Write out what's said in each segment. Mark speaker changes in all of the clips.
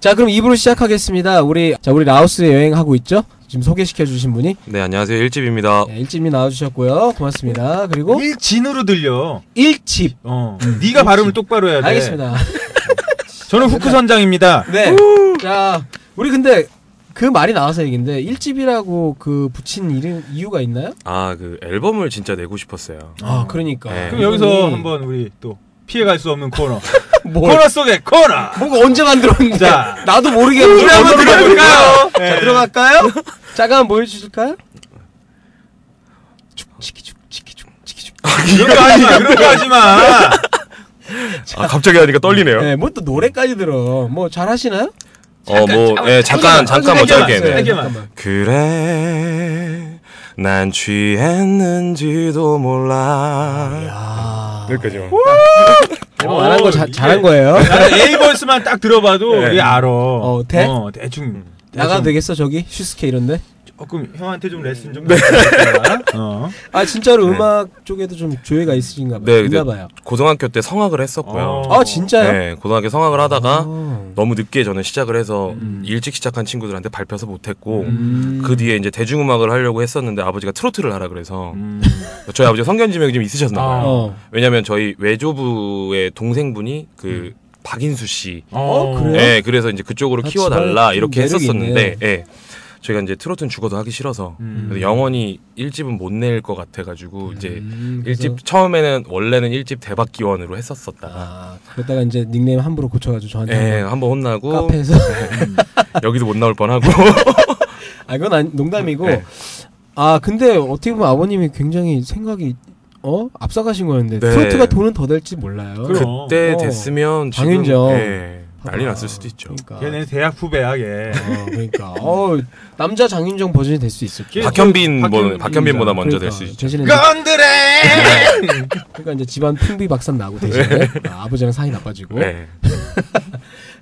Speaker 1: 자, 그럼 2부로 시작하겠습니다. 우리 자, 우리 라오스에 여행하고 있죠? 지금 소개시켜 주신 분이
Speaker 2: 네, 안녕하세요. 일집입니다.
Speaker 1: 네, 1집이 나와 주셨고요. 고맙습니다.
Speaker 3: 네.
Speaker 1: 그리고
Speaker 3: 일진으로 들려.
Speaker 1: 1집.
Speaker 3: 어. 네가 발음을 똑바로 해야 돼.
Speaker 1: 알겠습니다.
Speaker 3: 저는 후크 선장입니다.
Speaker 1: 네. 자, 우리 근데 그 말이 나와서 얘긴데 1집이라고 그 붙인 이름 이유가 있나요?
Speaker 2: 아, 그 앨범을 진짜 내고 싶었어요.
Speaker 1: 아, 그러니까.
Speaker 2: 네.
Speaker 3: 그럼 여기서
Speaker 1: 이분이
Speaker 3: 한번 우리 또 피해갈 수 없는 코너.
Speaker 1: 뭘-
Speaker 3: 코너 속의 코너.
Speaker 1: 뭔가 언제 만들었는지
Speaker 3: 자.
Speaker 1: 나도 모르게
Speaker 3: 우리 한번
Speaker 1: 어디로
Speaker 3: 들어볼까요?
Speaker 1: 자,
Speaker 3: 네.
Speaker 1: 들어갈까요? 잠깐 보여 주실까요? 축치기축 치기축 치기축.
Speaker 3: 그런 거 하지 마. 그런 거 하지 마.
Speaker 2: 아, 갑자기 하니까 떨리네요.
Speaker 1: 네, 뭐 또 노래까지 들어. 뭐 잘하시나요?
Speaker 2: 어, 뭐, 예, 잠깐, 잠깐
Speaker 3: 잠깐만,
Speaker 2: 뭐
Speaker 3: 잠깐만.
Speaker 2: 짧게. 네.
Speaker 3: 짧게만.
Speaker 2: 그래, 난 취했는지도 몰라.
Speaker 1: 아.
Speaker 2: 여기까지만.
Speaker 1: 앨범 안한 거
Speaker 3: 오,
Speaker 1: 자,
Speaker 3: 이게-
Speaker 1: 잘한 거예요.
Speaker 3: 어, 나는 에이버스만 딱 들어봐도
Speaker 2: 네.
Speaker 3: 이게 알아.
Speaker 1: 어, 대?
Speaker 3: 어, 대충.
Speaker 1: 나가도
Speaker 3: 대충
Speaker 1: 되겠어 저기 슈스케 이런데.
Speaker 3: 조금 형한테 좀 레슨 좀.
Speaker 1: 네.
Speaker 3: 받아볼까? 어.
Speaker 1: 아 진짜로
Speaker 2: 네.
Speaker 1: 음악 쪽에도 좀 조예가 있으신가 봐요.
Speaker 2: 네, 근데-
Speaker 1: 있나 봐요.
Speaker 2: 고등학교 때 성악을 했었고요.
Speaker 3: 어.
Speaker 1: 아 진짜요?
Speaker 2: 네, 고등학교 성악을 하다가
Speaker 1: 아.
Speaker 2: 너무 늦게 저는 시작을 해서
Speaker 3: 음.
Speaker 2: 일찍 시작한 친구들한테 밟혀서 못했고,
Speaker 1: 음.
Speaker 2: 그 뒤에 이제 대중음악을 하려고 했었는데 아버지가 트로트를 하라 그래서
Speaker 3: 음.
Speaker 2: 저희 아버지가 성견지명이 좀 있으셨나 봐요.
Speaker 1: 어.
Speaker 2: 왜냐면 저희 외조부의 동생분이 그 박인수 씨.
Speaker 1: 어, 음. 그래요?
Speaker 2: 예, 그래서 이제 그쪽으로
Speaker 1: 아,
Speaker 2: 키워달라
Speaker 1: 집안에
Speaker 2: 이렇게
Speaker 1: 좀 매력이
Speaker 2: 했었었는데, 예. 저희가 이제 트로트는 죽어도 하기 싫어서
Speaker 3: 음.
Speaker 2: 그래서 영원히 1집은 못 낼 것 같아가지고 이제
Speaker 1: 음,
Speaker 2: 일
Speaker 1: 그래서-
Speaker 2: 1집 처음에는 원래는 1집 대박 기원으로 했었었다가
Speaker 1: 아 그러다가 이제 닉네임 함부로 고쳐가지고 저한테
Speaker 2: 예,
Speaker 1: 한번
Speaker 2: 한번 혼나고
Speaker 1: 카페에서
Speaker 2: 여기도 못 나올 뻔하고
Speaker 1: 아 이건 아니, 농담이고
Speaker 2: 네.
Speaker 1: 아 근데 어떻게 보면 아버님이 굉장히 생각이 어 앞서가신 거였는데
Speaker 2: 네. 그렇죠.
Speaker 1: 트로트가 돈은 더 될지 몰라요.
Speaker 3: 그럼.
Speaker 2: 그때
Speaker 1: 어.
Speaker 2: 됐으면 지금
Speaker 1: 당연히죠.
Speaker 2: 예, 난리
Speaker 1: 아,
Speaker 2: 났을 수도 있죠.
Speaker 1: 그러니까.
Speaker 3: 걔는 대학 후배야 걔.
Speaker 1: 어, 그러니까 어, 남자 장윤정 버전이 될 수 있을게.
Speaker 3: 걔-
Speaker 2: 박현빈
Speaker 3: 박현-
Speaker 2: 뭐, 박현빈보다
Speaker 1: 그러니까
Speaker 2: 먼저 될 수 있죠.
Speaker 1: 대신에
Speaker 2: 예.
Speaker 1: 이제,
Speaker 3: 건드레.
Speaker 1: 그러니까 이제 집안 풍비 박산 나고 대신에 아, 아버지랑 사이 나빠지고.
Speaker 2: 네.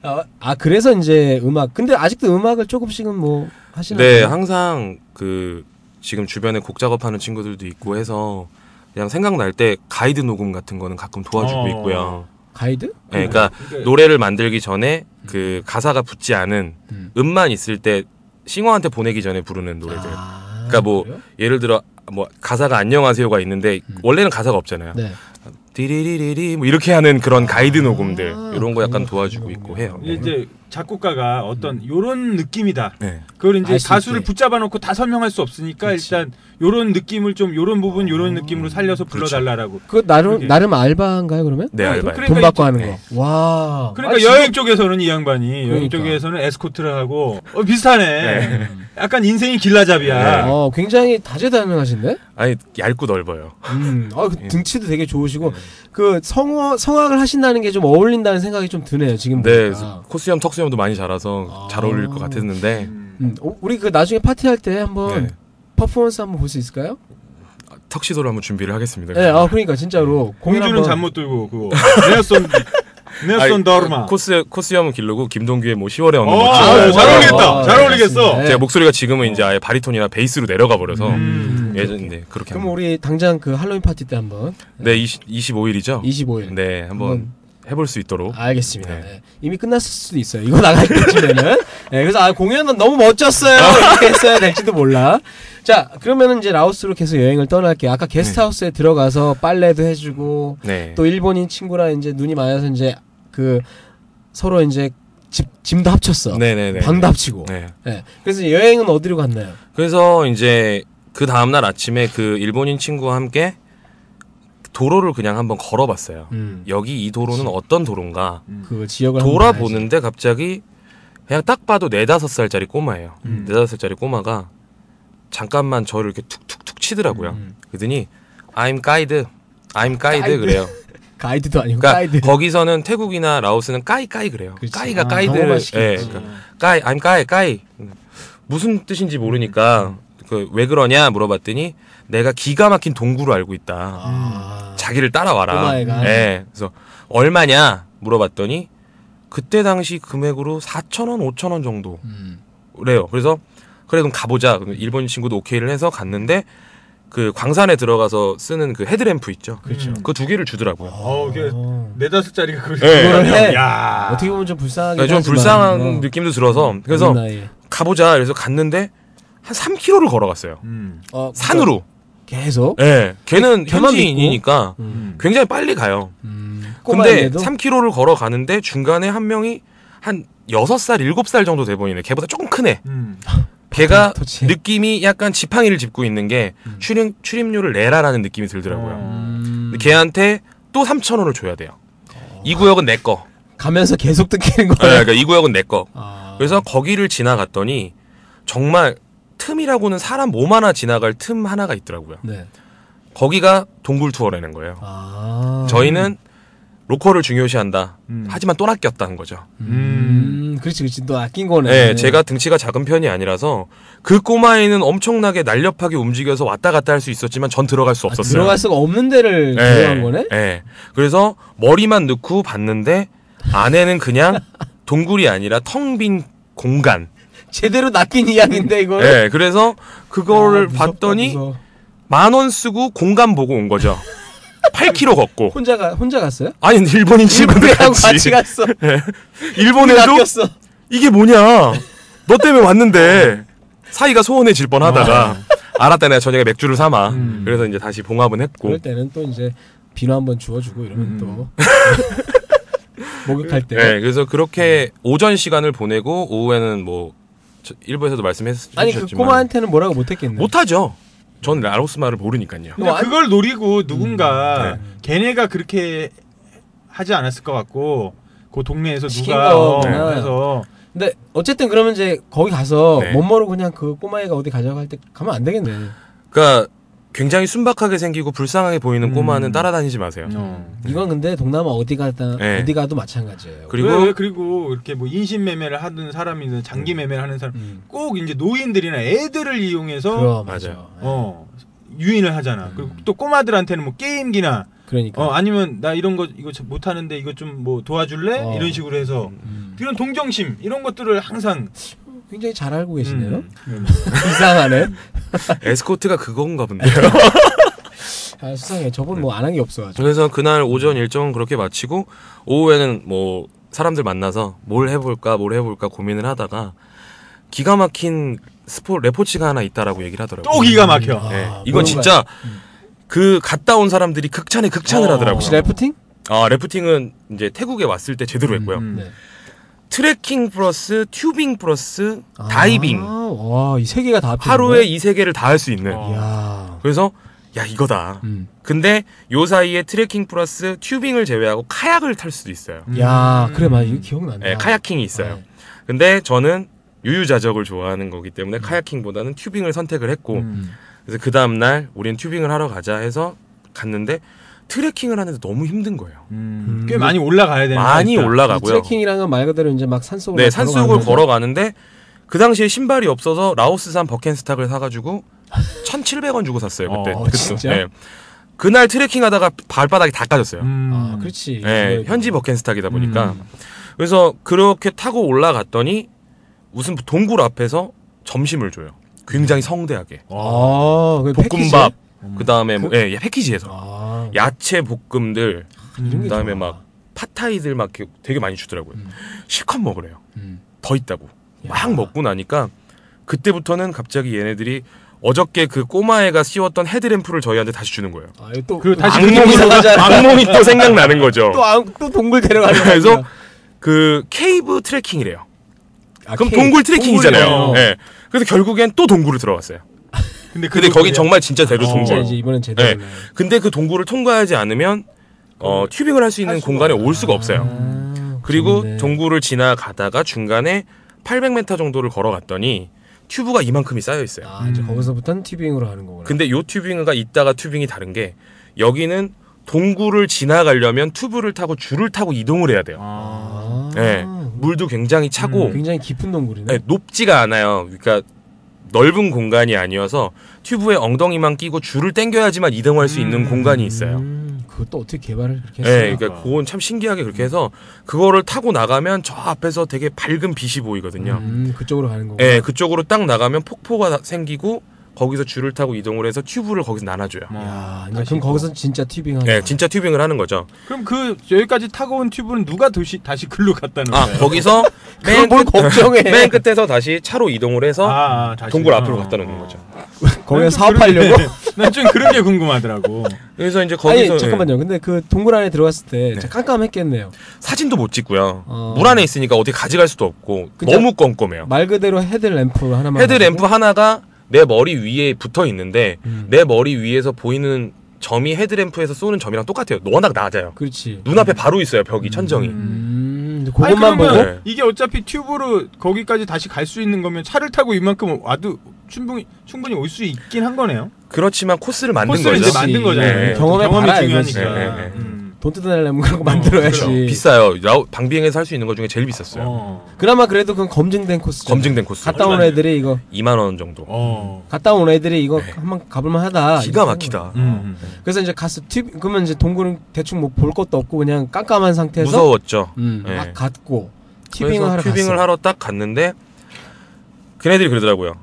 Speaker 1: 아, 아 그래서 이제 음악. 근데 아직도 음악을 조금씩은 뭐 하시나요?
Speaker 2: 네, 항상 그 지금 주변에 곡 작업하는 친구들도 있고 해서 그냥 생각날 때 가이드 녹음 같은 거는 가끔 도와주고
Speaker 3: 어.
Speaker 2: 있고요.
Speaker 1: 가이드?
Speaker 2: 네, 그러니까 노래를 만들기 전에 그 가사가 붙지 않은
Speaker 1: 음.
Speaker 2: 음만 있을 때 싱어한테 보내기 전에 부르는 노래들.
Speaker 1: 아,
Speaker 2: 그러니까 뭐
Speaker 1: 그래요?
Speaker 2: 예를 들어 뭐 가사가 안녕하세요가 있는데 원래는 가사가 없잖아요.
Speaker 1: 음. 네.
Speaker 2: 디리리리리 뭐 이렇게 하는 그런 가이드 녹음들
Speaker 1: 아,
Speaker 2: 이런 거 약간
Speaker 1: 그런
Speaker 2: 도와주고
Speaker 1: 거.
Speaker 2: 있고 해요.
Speaker 3: 이게 이제 작곡가가 어떤 요런 느낌이다.
Speaker 2: 네.
Speaker 3: 그걸 이제
Speaker 1: 알수
Speaker 3: 가수를
Speaker 1: 있게.
Speaker 3: 붙잡아 놓고 다 설명할 수 없으니까 일단 요런 느낌을 좀 요런 부분 요런 느낌으로 살려서 불러
Speaker 2: 그렇죠.
Speaker 3: 달라라고.
Speaker 1: 아, 그 나름
Speaker 3: 그러게.
Speaker 1: 나름 알바인가요 그러면?
Speaker 2: 네, 알바요.
Speaker 3: 그래-
Speaker 1: 돈
Speaker 3: 그러니까
Speaker 1: 받고
Speaker 3: 이제-
Speaker 1: 하는 거.
Speaker 2: 네.
Speaker 1: 와.
Speaker 3: 그러니까
Speaker 1: 아, 진짜
Speaker 3: 여행 쪽에서는 이 양반이 여행
Speaker 1: 그러니까.
Speaker 3: 쪽에서는 에스코트를 하고 어 비슷하네.
Speaker 2: 네.
Speaker 3: 약간 인생이 길라잡이야.
Speaker 1: 어, 굉장히 다재다능하신데?
Speaker 2: 아니 얇고 넓어요.
Speaker 1: 음, 아, 그
Speaker 2: 예.
Speaker 1: 등치도 되게 좋으시고, 그 성어, 성악을 하신다는 게 좀 어울린다는 생각이 좀 드네요,
Speaker 3: 아.
Speaker 1: 음. 지금.
Speaker 2: 네,
Speaker 1: 보니까.
Speaker 2: 코수염, 턱수염도 많이 자라서
Speaker 1: 아.
Speaker 2: 잘 어울릴 것 같았는데
Speaker 1: 음, 어, 우리 그 나중에 파티할 때 한번
Speaker 2: 네.
Speaker 1: 퍼포먼스 한번 볼 수 있을까요?
Speaker 2: 턱시도를 한번 준비를 하겠습니다.
Speaker 1: 네, 아, 그러니까, 진짜로. 공연
Speaker 3: 네. 공주는
Speaker 1: 한번-
Speaker 3: 잠 못 들고 그거. 네오손 네오손 더르마.
Speaker 2: 코스 코수염은 길르고 김동규의 뭐 10월에 얻는
Speaker 3: 어,
Speaker 2: 멋진
Speaker 3: 아,
Speaker 2: 여자.
Speaker 3: 잘 어울리겠다.
Speaker 1: 아,
Speaker 3: 잘 어울리겠어.
Speaker 1: 알겠습니다. 예.
Speaker 2: 네. 제가 목소리가 지금은 이제 아예 바리톤이나 베이스로 내려가 버려서
Speaker 3: 음.
Speaker 2: 예전 네 그렇게
Speaker 1: 그럼
Speaker 2: 한번.
Speaker 1: 우리 당장 그 할로윈 파티 때 한번
Speaker 2: 네 20, 25일이죠.
Speaker 1: 25일.
Speaker 2: 네 한번 해볼 수
Speaker 3: 아,
Speaker 2: 있도록.
Speaker 1: 알겠습니다.
Speaker 2: 네.
Speaker 1: 네. 이미 끝났을 수도 있어요. 이거 나갈 때쯤에는. 네, 그래서 아, 공연은 너무 멋졌어요. 이렇게 했어야 될지도 몰라. 자, 그러면은 이제 라오스로 계속 여행을 떠날게요. 아까 게스트하우스에 들어가서 빨래도 해주고
Speaker 2: 네.
Speaker 1: 또 일본인 친구랑 이제 눈이 맞아서 이제 그 서로 이제 집, 짐도 합쳤어.
Speaker 2: 네네네.
Speaker 1: 방도 합치고. 네.
Speaker 2: 네.
Speaker 1: 그래서 여행은 어디로 갔나요?
Speaker 2: 그래서 이제 그 다음 날 아침에 그 일본인 친구와 함께 도로를 그냥 한번 걸어봤어요.
Speaker 1: 음.
Speaker 2: 여기 이 도로는 어떤 도로인가?
Speaker 1: 그 지역을 한번 가야지.
Speaker 2: 예. 돌아보는데 갑자기 그냥 딱 봐도 네다섯 살짜리 꼬마예요.
Speaker 3: 음.
Speaker 2: 네다섯 살짜리 꼬마가 잠깐만 저를 이렇게 툭툭툭 치더라고요.
Speaker 1: 음.
Speaker 2: 그러더니 I'm guide, I'm guide
Speaker 1: 가이드.
Speaker 2: 그래요.
Speaker 1: 가이드도 아니고
Speaker 2: 그러니까
Speaker 1: 가이드.
Speaker 2: 거기서는 태국이나 라오스는 까이 까이 그래요.
Speaker 1: 그렇지.
Speaker 2: 까이가
Speaker 3: 아,
Speaker 2: 까이드를
Speaker 1: 경험하시기
Speaker 2: 예,
Speaker 1: 있지.
Speaker 2: 그러니까 까이 I'm 까이 까이 무슨 뜻인지 모르니까 그 왜 그러냐 물어봤더니 내가 기가 막힌 동굴을 알고 있다.
Speaker 1: 아.
Speaker 2: 자기를 따라와라.
Speaker 1: 꼬마애가.
Speaker 2: 예. 그래서 얼마냐 물어봤더니 그때 당시 금액으로 4천 원, 5천 원 정도래요.
Speaker 1: 음.
Speaker 2: 그래서 그래 그럼 가보자. 그럼 일본 친구도 오케이를 해서 갔는데 그 광산에 들어가서 쓰는 그 헤드램프 있죠.
Speaker 1: 그렇죠. 아,
Speaker 2: 그 두 개를 주더라고요.
Speaker 3: 어, 이게 네 다섯 짜리가 그걸
Speaker 2: 네.
Speaker 1: 그거를 해.
Speaker 3: 야.
Speaker 1: 어떻게 보면 좀 불쌍하게
Speaker 2: 아. 좀 불쌍한
Speaker 1: 뭐.
Speaker 2: 느낌도
Speaker 1: 음,
Speaker 2: 들어서 그래서 가보자. 그래서 갔는데 한 3km를 걸어갔어요.
Speaker 3: 음.
Speaker 1: 어, 그러니까
Speaker 2: 산으로.
Speaker 1: 계속.
Speaker 2: 예. 걔는
Speaker 1: 걔만 믿고.
Speaker 2: 현지인이니까
Speaker 1: 음.
Speaker 3: 음.
Speaker 2: 굉장히 빨리 가요.
Speaker 1: 음.
Speaker 2: 근데
Speaker 1: 꼬마에게도
Speaker 2: 3km를 걸어가는데 중간에 한 명이 한 6살, 7살 정도 돼 보이네. 걔보다 조금 크네.
Speaker 3: 음.
Speaker 2: 걔가
Speaker 1: 터치.
Speaker 2: 느낌이 약간 지팡이를 짚고 있는 게 출입, 출입료를 내라라는 느낌이 들더라고요.
Speaker 1: 음.
Speaker 2: 근데 걔한테 또 3,000원을 줘야 돼요. 이 구역은 내 거.
Speaker 1: 가면서 계속 듣기는
Speaker 2: 네,
Speaker 1: 거예요.
Speaker 2: 그러니까 이 구역은 내 거.
Speaker 1: 아.
Speaker 2: 그래서 거기를 지나갔더니 정말 틈이라고는 사람 몸 하나 지나갈 틈 하나가 있더라고요.
Speaker 1: 네.
Speaker 2: 거기가 동굴 투어라는 거예요.
Speaker 1: 아.
Speaker 2: 저희는 로컬을 중요시한다.
Speaker 3: 음.
Speaker 2: 하지만 또 아꼈다는 거죠.
Speaker 1: 음. 그렇지, 그렇지. 너 아낀 거네.
Speaker 2: 네, 제가 등치가 작은 편이 아니라서 그 꼬마애는 엄청나게 날렵하게 움직여서 왔다 갔다 할 수 있었지만 전 들어갈 수
Speaker 1: 아,
Speaker 2: 없었어요.
Speaker 1: 들어갈 수가 없는 데를
Speaker 2: 예,
Speaker 1: 들어간 거네.
Speaker 2: 예. 그래서 머리만 넣고 봤는데 안에는 그냥 동굴이 아니라 텅 빈 공간.
Speaker 1: 제대로 낚인 이야기인데 이거.
Speaker 2: 예. 그래서
Speaker 1: 어?
Speaker 2: 그거를
Speaker 1: 아, 무섭다,
Speaker 2: 봤더니
Speaker 1: 무서워.
Speaker 2: 만 원 쓰고 공간 보고 온 거죠. 8km 걷고.
Speaker 1: 혼자가 혼자 갔어요?
Speaker 2: 아니 일본인 친구들
Speaker 1: 일본이랑 같이
Speaker 2: 같이.
Speaker 1: 갔어.
Speaker 2: 일본에도
Speaker 1: 낚였어.
Speaker 2: 이게 뭐냐? 너 때문에 왔는데 사이가 소원해질
Speaker 1: 어.
Speaker 2: 뻔하다가 알았다 내가 저녁에 맥주를 삼아.
Speaker 3: 음.
Speaker 2: 그래서 이제 다시 봉합은 했고.
Speaker 1: 그럴 때는 또 이제 비누 한번 주워주고 이러면
Speaker 3: 음.
Speaker 1: 또 목욕할 때.
Speaker 2: 네, 그래서 그렇게 오전 시간을 보내고 오후에는 뭐 저- 일부에서도 말씀했었지만
Speaker 1: 아니 그 꼬마한테는 뭐라고 못했겠네.
Speaker 2: 못하죠. 전 라오스 말을 모르니까요.
Speaker 3: 근데
Speaker 1: 너뭐 안- 음,
Speaker 3: 그걸 노리고 누군가 걔네가 그렇게 하지 않았을 것 같고 그 동네에서
Speaker 1: 시킨
Speaker 3: 누가 어,
Speaker 1: 거구나.
Speaker 3: 그래서
Speaker 1: 근데 어쨌든 그러면 이제 거기 가서
Speaker 2: 네.
Speaker 1: 멋머로 그냥 그 꼬마애가 어디 가자고 할 때 가면 안 되겠네.
Speaker 2: 그러니까 굉장히 순박하게 생기고 불쌍하게 보이는
Speaker 3: 음.
Speaker 2: 꼬마는 따라다니지 마세요.
Speaker 1: 네.
Speaker 3: 어.
Speaker 1: 이건 근데 동남아 어디 가다
Speaker 2: 네.
Speaker 1: 어디 가도 마찬가지예요.
Speaker 2: 그리고
Speaker 3: 그래, 그리고 이렇게 뭐 인신 매매를 하는 사람이든 장기 매매를 하는 사람
Speaker 1: 음.
Speaker 3: 꼭 이제 노인들이나 애들을 이용해서
Speaker 1: 그럼 음.
Speaker 2: 맞아요.
Speaker 3: 어 유인을 하잖아. 그리고 또 꼬마들한테는 뭐 게임기나
Speaker 1: 그러니까.
Speaker 3: 어 아니면 나 이런 거 이거 참 못하는데 이거 좀 뭐 도와줄래
Speaker 1: 어.
Speaker 3: 이런 식으로 해서
Speaker 1: 음.
Speaker 3: 이런 동정심 이런 것들을 항상
Speaker 1: 굉장히 잘 알고 계시네요.
Speaker 3: 음.
Speaker 1: 이상하네.
Speaker 2: 에스코트가 그건가 본데요.
Speaker 1: 아, 수상해. 저분 뭐 안 한 게 없어가지고.
Speaker 2: 그래서 그날 오전 일정은 그렇게 마치고 오후에는 뭐 사람들 만나서 뭘 해볼까 뭘 해볼까 고민을 하다가 기가 막힌 스포 레포츠가 하나 있다라고 얘기를 하더라고요.
Speaker 3: 또 기가 막혀.
Speaker 1: 아,
Speaker 2: 예,
Speaker 1: 뭔가-
Speaker 2: 이건 진짜
Speaker 1: 음.
Speaker 2: 그 갔다 온 사람들이 극찬에 극찬을
Speaker 3: 어,
Speaker 2: 하더라고요.
Speaker 1: 혹시 래프팅?
Speaker 2: 아 레프팅은 이제 태국에 왔을 때 제대로 했고요.
Speaker 3: 음.
Speaker 1: 네.
Speaker 2: 트레킹 플러스 튜빙 플러스
Speaker 1: 아,
Speaker 2: 다이빙
Speaker 1: 와, 이 세 개가 다 합쳐진
Speaker 2: 하루에 이 세 개를 다 할 수 있는.
Speaker 3: 어.
Speaker 1: 거야? 이야.
Speaker 2: 그래서 야 이거다.
Speaker 1: 음.
Speaker 2: 근데 요 사이에 트레킹 플러스 튜빙을 제외하고 카약을 탈 수도 있어요.
Speaker 1: 야,
Speaker 3: 음.
Speaker 1: 그래 맞아. 이거 기억난다.
Speaker 2: 예, 카야킹이 있어요.
Speaker 1: 네.
Speaker 2: 근데 저는 유유자적을 좋아하는 거기
Speaker 1: 음.
Speaker 2: 때문에 카야킹보다는 튜빙을 선택을 했고
Speaker 3: 음.
Speaker 2: 그래서 그 다음 날 우린 튜빙을 하러 가자 해서 갔는데 트레킹을 하는데 너무 힘든 거예요.
Speaker 3: 음. 꽤 많이 올라가야 되는
Speaker 2: 많이
Speaker 3: 거니까.
Speaker 1: 네, 이
Speaker 2: 올라가고요.
Speaker 1: 트레킹이랑은 말 그대로 이제 막 산속으로
Speaker 2: 네,
Speaker 1: 막
Speaker 2: 산속을
Speaker 1: 걸어가는
Speaker 2: 걸어가는데 그 당시에 신발이 없어서 라오스산 버켄스탁을 사가지고 1,700원 주고 샀어요 그때.
Speaker 3: 어,
Speaker 2: 그-
Speaker 1: 진짜?
Speaker 2: 네. 그날 트레킹하다가 발바닥이 다 까졌어요.
Speaker 3: 음.
Speaker 1: 거죠. 아, 그렇지. 뭐-
Speaker 2: 네,
Speaker 1: 그거에
Speaker 2: 현지
Speaker 1: 비해.
Speaker 2: 버켄스탁이다 보니까
Speaker 3: 음.
Speaker 2: 그래서 그렇게 타고 올라갔더니 무슨 동굴 앞에서 점심을 줘요. 굉장히 성대하게
Speaker 1: 아, 그
Speaker 2: 뭐- 볶음밥
Speaker 3: 음.
Speaker 2: 그 다음에 뭐, 예, 예, 패키지에서
Speaker 1: 아,
Speaker 2: 야채 볶음들
Speaker 1: 이런 게
Speaker 2: 그다음에
Speaker 1: 좋아.
Speaker 2: 막 팟타이들 막 이렇게 되게 많이 주더라고요.
Speaker 1: 음.
Speaker 2: 실컷 먹으래요.
Speaker 1: 음.
Speaker 2: 더 있다고
Speaker 1: 야.
Speaker 2: 막 먹고 나니까 그때부터는 갑자기 얘네들이 어저께 그 꼬마애가 씌웠던 헤드램프를 저희한테 다시 주는 거예요.
Speaker 1: 아, 이거 또
Speaker 3: 그리고 다시
Speaker 1: 악몽이
Speaker 2: 악몽이,
Speaker 1: 생각나잖아.
Speaker 2: 악몽이 또 생각나는 거죠.
Speaker 1: 또, 안- 또 동굴 데려가는 거
Speaker 2: 아, 그래서 그 케이브 트레킹이래요.
Speaker 1: 아,
Speaker 2: 그럼
Speaker 1: 케이크.
Speaker 2: 동굴 트레킹이잖아요.
Speaker 3: 동굴이에요.
Speaker 2: 예. 그래서 결국엔 또 동굴을 들어갔어요. 예. 아,
Speaker 3: 근데,
Speaker 2: 근데 거기 정말 진짜 대로
Speaker 3: 어.
Speaker 1: 진짜
Speaker 2: 동굴.
Speaker 1: 이제 이번엔 제대로.
Speaker 2: 네.
Speaker 1: 올라가요.
Speaker 2: 근데 그 동굴을 통과하지 않으면 어, 튜빙을 할 수 있는
Speaker 3: 할 수가
Speaker 2: 공간에 올 수가 없어요.
Speaker 1: 아,
Speaker 2: 그리고
Speaker 1: 재밌네.
Speaker 2: 동굴을 지나가다가 중간에 800m 정도를 걸어갔더니 튜브가 이만큼이 쌓여 있어요.
Speaker 1: 아, 이제
Speaker 3: 음.
Speaker 1: 거기서부터는 티빙으로 하는 거구나.
Speaker 2: 근데 요 튜빙과 있다가 튜빙이 다른 게 여기는 동굴을 지나가려면 튜브를 타고 줄을 타고 이동을 해야 돼요.
Speaker 3: 아.
Speaker 1: 아,
Speaker 2: 예. 물도 굉장히 차고
Speaker 3: 음,
Speaker 1: 굉장히 깊은 동굴이네.
Speaker 2: 네, 높지가 않아요. 그러니까 넓은 공간이 아니어서 튜브에 엉덩이만 끼고 줄을 당겨야지만 이동할 수 있는
Speaker 3: 음.
Speaker 2: 공간이 있어요.
Speaker 1: 음, 그것도 어떻게 개발을 그렇게 했어요?
Speaker 2: 네, 그러니까 그건 참 신기하게 그렇게 해서 그거를 타고 나가면 저 앞에서 되게 밝은 빛이 보이거든요. 예,
Speaker 1: 음, 그쪽으로 가는 거고.
Speaker 2: 네, 그쪽으로 딱 나가면 폭포가 생기고 거기서 줄을 타고 이동을 해서 튜브를 거기서 나눠줘요.
Speaker 3: 뭐.
Speaker 1: 아, 야, 이제 그럼 거기서 진짜 튜빙하는
Speaker 2: 네,
Speaker 1: 거야.
Speaker 2: 진짜 튜빙을 하는 거죠.
Speaker 3: 그럼 그 여기까지 타고 온 튜브는 누가 도시, 다시 글로 갔다는
Speaker 2: 아
Speaker 3: 거예요?
Speaker 2: 거기서
Speaker 1: 그걸
Speaker 2: 맨,
Speaker 1: 뭘
Speaker 2: 끝,
Speaker 1: 걱정해.
Speaker 2: 맨 끝에서 다시 차로 이동을 해서
Speaker 3: 아, 아, 다시.
Speaker 2: 동굴
Speaker 3: 어,
Speaker 2: 앞으로
Speaker 3: 어,
Speaker 2: 갖다 놓는
Speaker 3: 어.
Speaker 2: 거죠.
Speaker 1: 거기서 사업하려고.
Speaker 3: 난 좀 그런 게 궁금하더라고.
Speaker 2: 그래서 이제 거기서 네.
Speaker 1: 아니 잠깐만요. 근데 그 동굴 안에 들어갔을 때 진짜 깜깜했겠네요.
Speaker 2: 예, 사진도 못 찍고요.
Speaker 1: 어.
Speaker 2: 물 안에 있으니까 어디 가져갈 수도 없고
Speaker 1: 그죠? 음.
Speaker 2: 너무 껌껌해요.
Speaker 1: 말 그대로 헤드램프 하나만.
Speaker 2: 헤드램프 하나가 내 머리 위에 붙어 있는데
Speaker 1: 음.
Speaker 2: 내 머리 위에서 보이는 점이 헤드램프에서 쏘는 점이랑 똑같아요. 워낙 낮아요.
Speaker 1: 그렇지.
Speaker 2: 눈앞에 바로 있어요. 벽이 천정이.
Speaker 1: 음, 그것만
Speaker 3: 아니,
Speaker 1: 보고.
Speaker 3: 그러면
Speaker 2: 보고?
Speaker 3: 이게 어차피 튜브로 거기까지 다시 갈 수 있는 거면 차를 타고 이만큼 와도 충분히 충분히 올 수 있긴 한 거네요.
Speaker 2: 그렇지만 코스를 만든
Speaker 3: 코스를
Speaker 2: 거죠.
Speaker 3: 이제 만든 거잖아요.
Speaker 2: 네.
Speaker 1: 음. 경험해 봐라,
Speaker 3: 경험이
Speaker 1: 이거지.
Speaker 3: 중요하니까.
Speaker 2: 네, 네, 네.
Speaker 3: 음.
Speaker 1: 돈 뜯어내려면 그런 거
Speaker 3: 어,
Speaker 1: 만들어야지.
Speaker 3: 그렇죠.
Speaker 2: 비싸요. 라우- 방비행에서 할 수 있는 것 중에 제일 비쌌어요.
Speaker 3: 어.
Speaker 1: 그나마 그래도 그건 검증된 코스죠.
Speaker 2: 검증된 코스.
Speaker 1: 갔다 온
Speaker 3: 얼마예요?
Speaker 1: 애들이 이거
Speaker 2: 2만 원 정도.
Speaker 3: 어.
Speaker 1: 갔다 온 애들이 이거
Speaker 2: 네.
Speaker 1: 한번 가볼만 하다.
Speaker 2: 기가 막히다.
Speaker 3: 음.
Speaker 1: 그래서 이제 가서 팁 그러면 이제 동굴은 대충 뭐 볼 것도 없고 그냥 깜깜한 상태에서
Speaker 2: 무서웠죠.
Speaker 1: 음,
Speaker 2: 예.
Speaker 1: 막 갔고 튜빙을
Speaker 2: 그래서
Speaker 1: 하러
Speaker 2: 튜빙을
Speaker 1: 갔어.
Speaker 2: 하러 딱 갔는데 걔네들이 그러더라고요.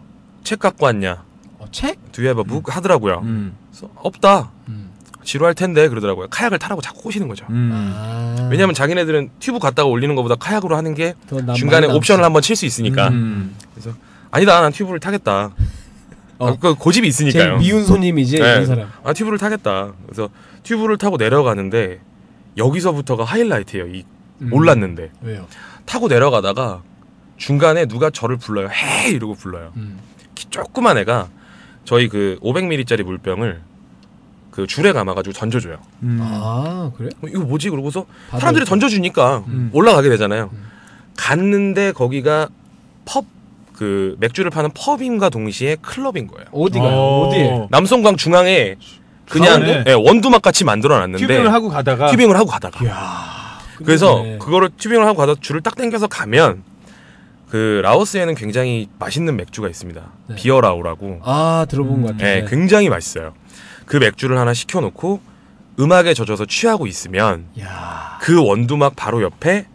Speaker 2: 책 갖고 왔냐?
Speaker 1: 어, 책?
Speaker 2: Do you have a book? 하더라고요.
Speaker 3: 음.
Speaker 2: 그래서 없다.
Speaker 1: 음.
Speaker 2: 지루할 텐데 그러더라고요. 카약을 타라고 자꾸 꼬시는 거죠.
Speaker 3: 음.
Speaker 1: 아.
Speaker 2: 왜냐면 자기네들은 튜브 갔다가 올리는 것보다 카약으로 하는 게
Speaker 1: 더난
Speaker 2: 중간에
Speaker 1: 많이
Speaker 2: 옵션을
Speaker 1: 남지.
Speaker 2: 한번 칠 수 있으니까
Speaker 3: 음.
Speaker 2: 아니다 난 튜브를 타겠다
Speaker 1: 어.
Speaker 2: 아, 그 고집이
Speaker 1: 제일
Speaker 2: 있으니까요
Speaker 1: 미운 손님이지
Speaker 2: 네.
Speaker 1: 이런 사람.
Speaker 2: 아 튜브를 타겠다 그래서 튜브를 타고 내려가는데 여기서부터가 하이라이트예요 이
Speaker 1: 음.
Speaker 2: 몰랐는데
Speaker 1: 왜요?
Speaker 2: 타고 내려가다가 중간에 누가 저를 불러요 헤이 이러고 불러요
Speaker 1: 음.
Speaker 2: 키 조그만 애가 저희 그 500ml짜리 물병을 그 줄에 감아가지고 던져줘요
Speaker 3: 음.
Speaker 1: 아 그래?
Speaker 2: 어, 이거 뭐지 그러고서
Speaker 1: 바로
Speaker 2: 사람들이
Speaker 1: 이렇게.
Speaker 2: 던져주니까
Speaker 3: 음.
Speaker 2: 올라가게 되잖아요.
Speaker 1: 음.
Speaker 2: 갔는데 거기가 펍, 그 맥주를 파는 펍임과 동시에 클럽인 거예요.
Speaker 1: 어디가?
Speaker 3: 어.
Speaker 1: 요 어디에?
Speaker 2: 남송강 중앙에 그냥
Speaker 3: 가운데?
Speaker 2: 예, 원두막 같이 만들어놨는데
Speaker 3: 튜빙을 하고 가다가
Speaker 2: 튜빙을 하고 가다가
Speaker 1: 이야.
Speaker 2: 그래서
Speaker 1: 끝내주네.
Speaker 2: 그거를 튜빙을 하고 가서 줄을 딱 당겨서 가면 그 라오스에는 굉장히 맛있는 맥주가 있습니다.
Speaker 1: 네.
Speaker 2: 비어라우라고.
Speaker 1: 아 들어본
Speaker 3: 음.
Speaker 1: 것 같아.
Speaker 2: 예, 굉장히 맛있어요. 그 맥주를 하나 시켜놓고 음악에 젖어서 취하고 있으면
Speaker 1: 야.
Speaker 2: 그 원두막 바로 옆에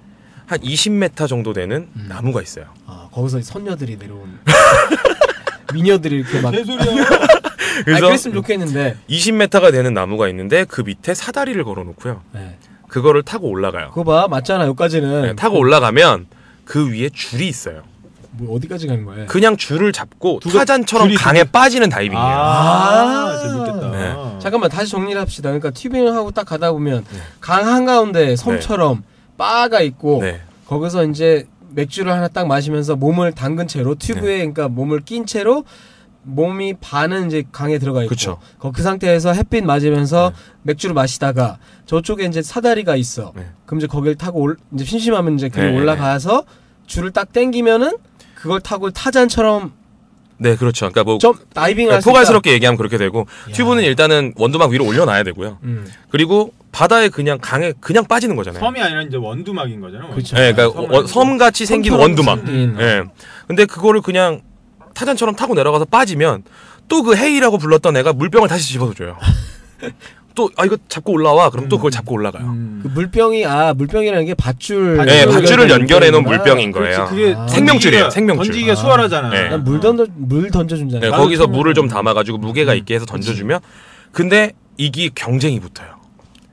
Speaker 2: 한 20m 정도 되는
Speaker 1: 음.
Speaker 2: 나무가 있어요.
Speaker 1: 아, 거기서 선녀들이 내려온. 미녀들이 이렇게 막.
Speaker 3: 내 소리야.
Speaker 1: 아,
Speaker 2: 그래서
Speaker 1: 그랬으면 좋겠는데.
Speaker 2: 20m가 되는 나무가 있는데 그 밑에 사다리를 걸어놓고요.
Speaker 1: 네.
Speaker 2: 그거를 타고 올라가요.
Speaker 1: 그거 봐 맞잖아 여기까지는.
Speaker 2: 네, 타고 올라가면 그 위에 줄이 있어요.
Speaker 1: 뭐 어디까지 가는 거야?
Speaker 2: 그냥 줄을 잡고
Speaker 3: 두 개-
Speaker 2: 타잔처럼
Speaker 3: 줄이 두
Speaker 2: 강에 빠지는 다이빙이에요.
Speaker 3: 아,
Speaker 1: 아.
Speaker 3: 재밌겠다.
Speaker 2: 네.
Speaker 1: 잠깐만 다시 정리를 합시다. 그러니까 튜빙을 하고 딱 가다 보면 강 한가운데 섬처럼 바가 있고
Speaker 2: 네.
Speaker 1: 거기서 이제 맥주를 하나 딱 마시면서 몸을 담근 채로
Speaker 2: 네.
Speaker 1: 튜브에 그러니까 몸을 낀 채로 몸이 반은 이제 강에 들어가 있고
Speaker 2: 그쵸.
Speaker 1: 거- 그 상태에서 햇빛 맞으면서 맥주를 마시다가 저쪽에 이제 사다리가 있어.
Speaker 2: 네.
Speaker 1: 그럼 이제 거기를 타고 올, 이제 심심하면 이제 그리
Speaker 2: 네,
Speaker 1: 올라가서 줄을 딱 당기면은 그걸 타고 타잔처럼
Speaker 2: 네, 그렇죠. 그러니까 뭐
Speaker 1: 점 다이빙을
Speaker 2: 그러니까
Speaker 1: 할수 있다.
Speaker 2: 포괄스럽게 얘기하면 그렇게 되고 튜브는 일단은 원두막 위로 올려놔야 되고요.
Speaker 1: 음.
Speaker 2: 그리고 바다에 그냥 강에 그냥 빠지는 거잖아요.
Speaker 3: 섬이 아니라 이제 원두막인 거잖아.
Speaker 1: 그렇죠.
Speaker 2: 네, 그러니까
Speaker 3: 섬
Speaker 2: 원- 섬같이 생긴 원두막.
Speaker 1: 음.
Speaker 2: 예. 근데 그거를 그냥 타잔처럼 타고 내려가서 빠지면 또 그 헤이라고 불렀던 애가 물병을 다시 집어서 줘요. 또 아 이거 잡고 올라와. 그럼 또 그걸 잡고 올라가요.
Speaker 3: 음.
Speaker 1: 그 물병이 아 물병이라는 게 밧줄
Speaker 3: 네,
Speaker 2: 밧줄을 연결해 놓은
Speaker 1: 그러니까 물병이구나.
Speaker 2: 물병인 거예요.
Speaker 3: 그게
Speaker 1: 아.
Speaker 2: 생명줄이에요, 생명줄.
Speaker 3: 던지기가
Speaker 1: 아.
Speaker 3: 수월하잖아.
Speaker 2: 네.
Speaker 1: 난물 던져 물 던져준다.
Speaker 2: 예,
Speaker 1: 는
Speaker 3: 나는
Speaker 2: 거기서
Speaker 3: 생각해.
Speaker 2: 물을 좀 담아가지고 무게가 있게 해서 던져주면 근데 이게 경쟁이 붙어요.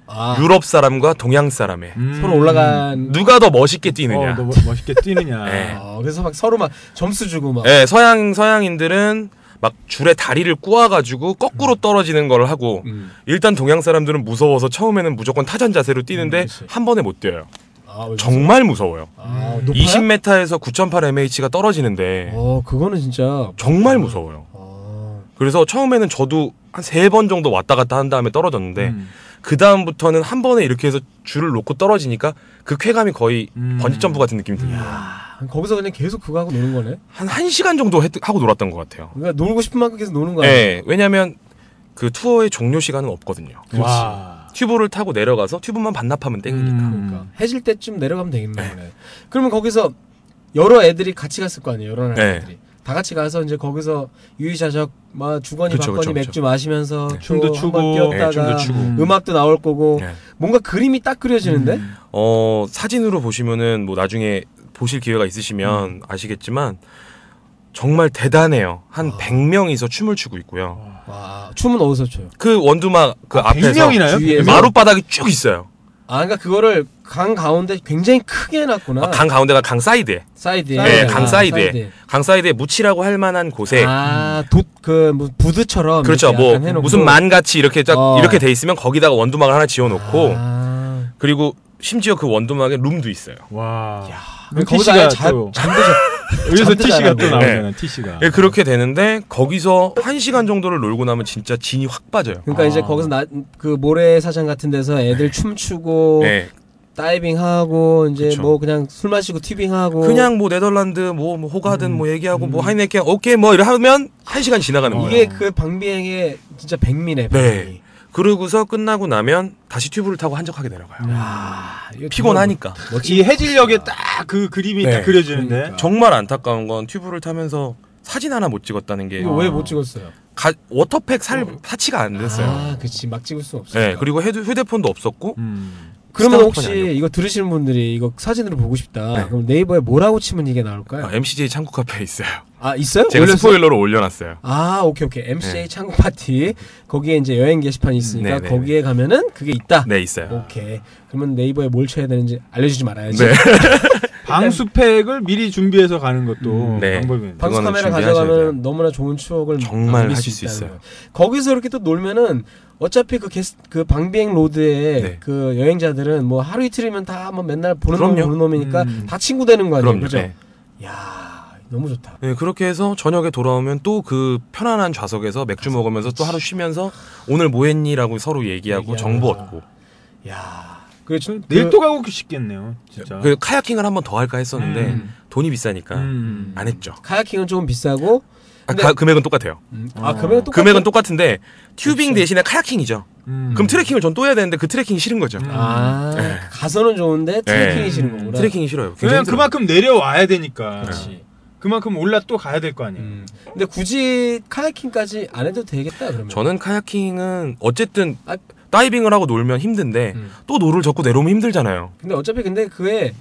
Speaker 1: 아,
Speaker 2: 유럽 사람과 동양 사람의
Speaker 3: 음.
Speaker 1: 서로 올라간.
Speaker 2: 누가 더 멋있게
Speaker 3: 어,
Speaker 2: 뛰느냐.
Speaker 3: 너 멋- 멋있게 뛰느냐.
Speaker 2: 네.
Speaker 1: 아, 그래서 막 서로 막 점수 주고 막.
Speaker 2: 예, 서양 서양인들은 막 줄에 다리를 꼬아가지고 거꾸로 떨어지는 걸 하고
Speaker 1: 음.
Speaker 2: 일단 동양 사람들은 무서워서 처음에는 무조건 타잔 자세로
Speaker 1: 음,
Speaker 2: 뛰는데
Speaker 1: 그치.
Speaker 2: 한 번에 못 뛰어요.
Speaker 1: 아, 왜
Speaker 2: 정말 무서워요.
Speaker 1: 아, 높아요?
Speaker 2: 20m에서 9.8mh가 떨어지는데
Speaker 1: 어, 그거는 진짜.
Speaker 2: 정말 무서워요.
Speaker 1: 어,
Speaker 2: 그래서 처음에는 저도 한 세 번 정도 왔다 갔다 한 다음에 떨어졌는데
Speaker 3: 음.
Speaker 2: 그 다음부터는 한 번에 이렇게 해서 줄을 놓고 떨어지니까 그 쾌감이 거의
Speaker 3: 음.
Speaker 2: 번지 점프 같은 느낌이 들어요.
Speaker 1: 아, 거기서 그냥 계속 그거 하고 노는 거네.
Speaker 2: 한1 시간 정도 했- 하고 놀았던 것 같아요.
Speaker 1: 그러니까 놀고 싶은 만큼 계속 노는 거야.
Speaker 2: 예, 왜냐하면 그 투어의 종료 시간은 없거든요.
Speaker 3: 와.
Speaker 2: 튜브를 타고 내려가서 튜브만 반납하면 땡기니까.
Speaker 1: 그러니까 해질 때쯤 내려가면 되겠네. 그래. 그러면 거기서 여러 애들이 같이 갔을 거 아니에요. 여러
Speaker 2: 네.
Speaker 1: 애들이 다 같이 가서 이제 거기서 유유자적 막 주거니
Speaker 2: 그쵸,
Speaker 1: 받거니
Speaker 2: 그쵸,
Speaker 1: 맥주 마시면서
Speaker 2: 네.
Speaker 1: 또
Speaker 3: 춤도
Speaker 1: 한번
Speaker 3: 추고.
Speaker 1: 뛰었다가
Speaker 2: 예, 춤도 추고.
Speaker 1: 음악도 나올 거고
Speaker 2: 예.
Speaker 1: 뭔가 그림이 딱 그려지는데
Speaker 2: 음.
Speaker 3: 음.
Speaker 1: 음.
Speaker 2: 어, 사진으로 보시면은 뭐 나중에 보실 기회가 있으시면 아시겠지만 정말 대단해요. 한
Speaker 1: 아.
Speaker 2: 100명이서 춤을 추고 있고요.
Speaker 1: 와, 춤은 어디서 춰요?
Speaker 2: 그 원두막 그
Speaker 3: 아,
Speaker 1: 아,
Speaker 2: 앞에서
Speaker 3: 100명이나요?
Speaker 1: 주위에
Speaker 2: 마룻바닥이 쭉 있어요.
Speaker 1: 아, 그러니까 그거를 강 가운데 굉장히 크게 해놨구나.
Speaker 2: 아, 강 가운데가 강 사이드에.
Speaker 1: 사이드에.
Speaker 3: 사이드에.
Speaker 2: 예, 강
Speaker 1: 아,
Speaker 2: 사이드에. 강 사이드에 묻히라고 할 만한 곳에
Speaker 1: 아, 돛, 그, 뭐, 부드처럼.
Speaker 2: 그렇죠.
Speaker 1: 이렇게
Speaker 2: 뭐
Speaker 1: 약간 해놓고.
Speaker 2: 무슨 만 같이 이렇게 딱
Speaker 1: 어.
Speaker 2: 이렇게 돼 있으면 거기다가 원두막을 하나 지어 놓고
Speaker 1: 아,
Speaker 2: 그리고 심지어 그 원두막에 룸도 있어요.
Speaker 3: 와.
Speaker 1: 그럼
Speaker 3: 티
Speaker 1: 거기다가
Speaker 3: 씨가
Speaker 1: 자,
Speaker 3: 또
Speaker 1: 잠도
Speaker 3: 여기서
Speaker 1: 잠도
Speaker 3: 티 씨가
Speaker 1: 잘하고.
Speaker 3: 또 나오잖아. 티 씨가.
Speaker 2: 예, 그렇게 되는데 거기서 한시간 정도를 놀고 나면 진짜 진이 확 빠져요.
Speaker 1: 그러니까
Speaker 3: 아.
Speaker 1: 이제 거기서 나, 그 모래사장 같은 데서 애들 춤추고
Speaker 2: 예.
Speaker 1: 다이빙하고 이제
Speaker 2: 그쵸.
Speaker 1: 뭐 그냥 술 마시고 티빙하고
Speaker 2: 그냥 뭐 네덜란드 뭐, 뭐 호가든 뭐
Speaker 1: 음,
Speaker 2: 얘기하고 뭐 하이네켄 오케이 뭐 이러 하면 한시간 지나가는 거예요.
Speaker 1: 이게 그 방비행의 진짜 백미네.
Speaker 2: 어. 네. 그러고서 끝나고 나면 다시 튜브를 타고 한적하게 내려가요.
Speaker 3: 음.
Speaker 1: 아, 이거 뭐
Speaker 2: 피곤하니까.
Speaker 1: 멋지.
Speaker 3: 이 해질녘에 딱 그 그림이
Speaker 2: 네.
Speaker 3: 딱 그려지는데.
Speaker 1: 그러니까.
Speaker 2: 정말 안타까운 건 튜브를 타면서 사진 하나 못 찍었다는 게
Speaker 1: 이거 왜 못 찍었어요?
Speaker 2: 가- 워터팩 살 사치가 안 됐어요.
Speaker 1: 아, 그치. 막 찍을 수 없어요.
Speaker 2: 네, 그리고 헤드- 휴대폰도 없었고
Speaker 3: 음.
Speaker 1: 그러면
Speaker 2: 스마트폰이
Speaker 1: 혹시
Speaker 2: 아니고.
Speaker 1: 이거 들으시는 분들이 이거 사진으로 보고 싶다.
Speaker 2: 네.
Speaker 1: 그럼 네이버에 뭐라고 치면 이게 나올까요?
Speaker 2: 아, MCJ 창구 카페에 있어요.
Speaker 1: 아 있어요? 음.
Speaker 2: 제가
Speaker 1: 올렸어요?
Speaker 2: 스포일러로 올려놨어요.
Speaker 1: 아 오케이 오케이 MCA
Speaker 2: 네.
Speaker 1: 창고 파티 거기에 이제 여행 게시판이 있으니까
Speaker 2: 네, 네,
Speaker 1: 거기에 가면은 그게 있다.
Speaker 2: 네, 있어요.
Speaker 1: 오케이 그러면 네이버에 뭘 쳐야 되는지 알려주지 말아야지.
Speaker 2: 네.
Speaker 3: 방수팩을 미리 준비해서 가는 것도
Speaker 2: 음, 네.
Speaker 3: 방법이네.
Speaker 1: 방수
Speaker 2: 그거는
Speaker 1: 카메라
Speaker 2: 준비하셔야
Speaker 1: 가져가면
Speaker 2: 돼요.
Speaker 1: 너무나 좋은 추억을
Speaker 2: 정말
Speaker 1: 남길 수
Speaker 2: 하실 수
Speaker 1: 있다는
Speaker 2: 있어요.
Speaker 1: 거예요. 거기서 이렇게 또 놀면은 어차피 그 게스 그 방비행 로드에
Speaker 2: 네.
Speaker 1: 그 여행자들은 뭐 하루 이틀이면 다 뭐 맨날 보는 놈
Speaker 2: 그럼요.
Speaker 1: 보는 놈이니까
Speaker 3: 음.
Speaker 1: 다 친구 되는 거 아니에요,
Speaker 2: 그럼요.
Speaker 1: 그죠?
Speaker 2: 네.
Speaker 1: 야 너무 좋다.
Speaker 2: 네, 그렇게 해서 저녁에 돌아오면 또 그 편안한 좌석에서 맥주 먹으면서 또 하루 쉬면서 오늘 뭐 했니라고 서로 얘기하고
Speaker 1: 얘기하면서.
Speaker 2: 정보 얻고
Speaker 1: 야 그렇죠.
Speaker 3: 내일 또 가고 싶겠네요. 진짜.
Speaker 2: 그 그러니까. 카야킹을 한 번 더 할까 했었는데
Speaker 3: 음.
Speaker 2: 돈이 비싸니까
Speaker 3: 음.
Speaker 2: 안 했죠.
Speaker 1: 카야킹은 조금 비싸고
Speaker 2: 아,
Speaker 1: 근데-
Speaker 2: 가- 금액은 똑같아요.
Speaker 1: 음, 아
Speaker 3: 어.
Speaker 1: 금액은 똑같아요?
Speaker 2: 금액은 똑같은데 튜빙 대신에 카야킹이죠.
Speaker 3: 음.
Speaker 2: 그럼 트레킹을 전 또 해야 되는데 그 트레킹이 싫은 거죠.
Speaker 3: 음.
Speaker 1: 아
Speaker 2: 네.
Speaker 1: 가서는 좋은데 트레킹이
Speaker 2: 네.
Speaker 1: 싫은 거구나.
Speaker 2: 트레킹이 싫어요.
Speaker 3: 왜냐면
Speaker 2: 굉장히 힘들어요.
Speaker 3: 그만큼 내려와야 되니까.
Speaker 1: 그렇지.
Speaker 3: 그만큼 올라 또 가야 될
Speaker 2: 네.
Speaker 3: 거 아니에요. 네,
Speaker 1: 음. 근데 굳이 카야킹까지 안 해도 되겠다 그러면.
Speaker 2: 저는 카야킹은 어쨌든
Speaker 1: 아.
Speaker 2: 다이빙을 하고 놀면 힘든데
Speaker 1: 음.
Speaker 2: 또 노를 젓고 내려오면 힘들잖아요.
Speaker 1: 근데 어차피 근데 그에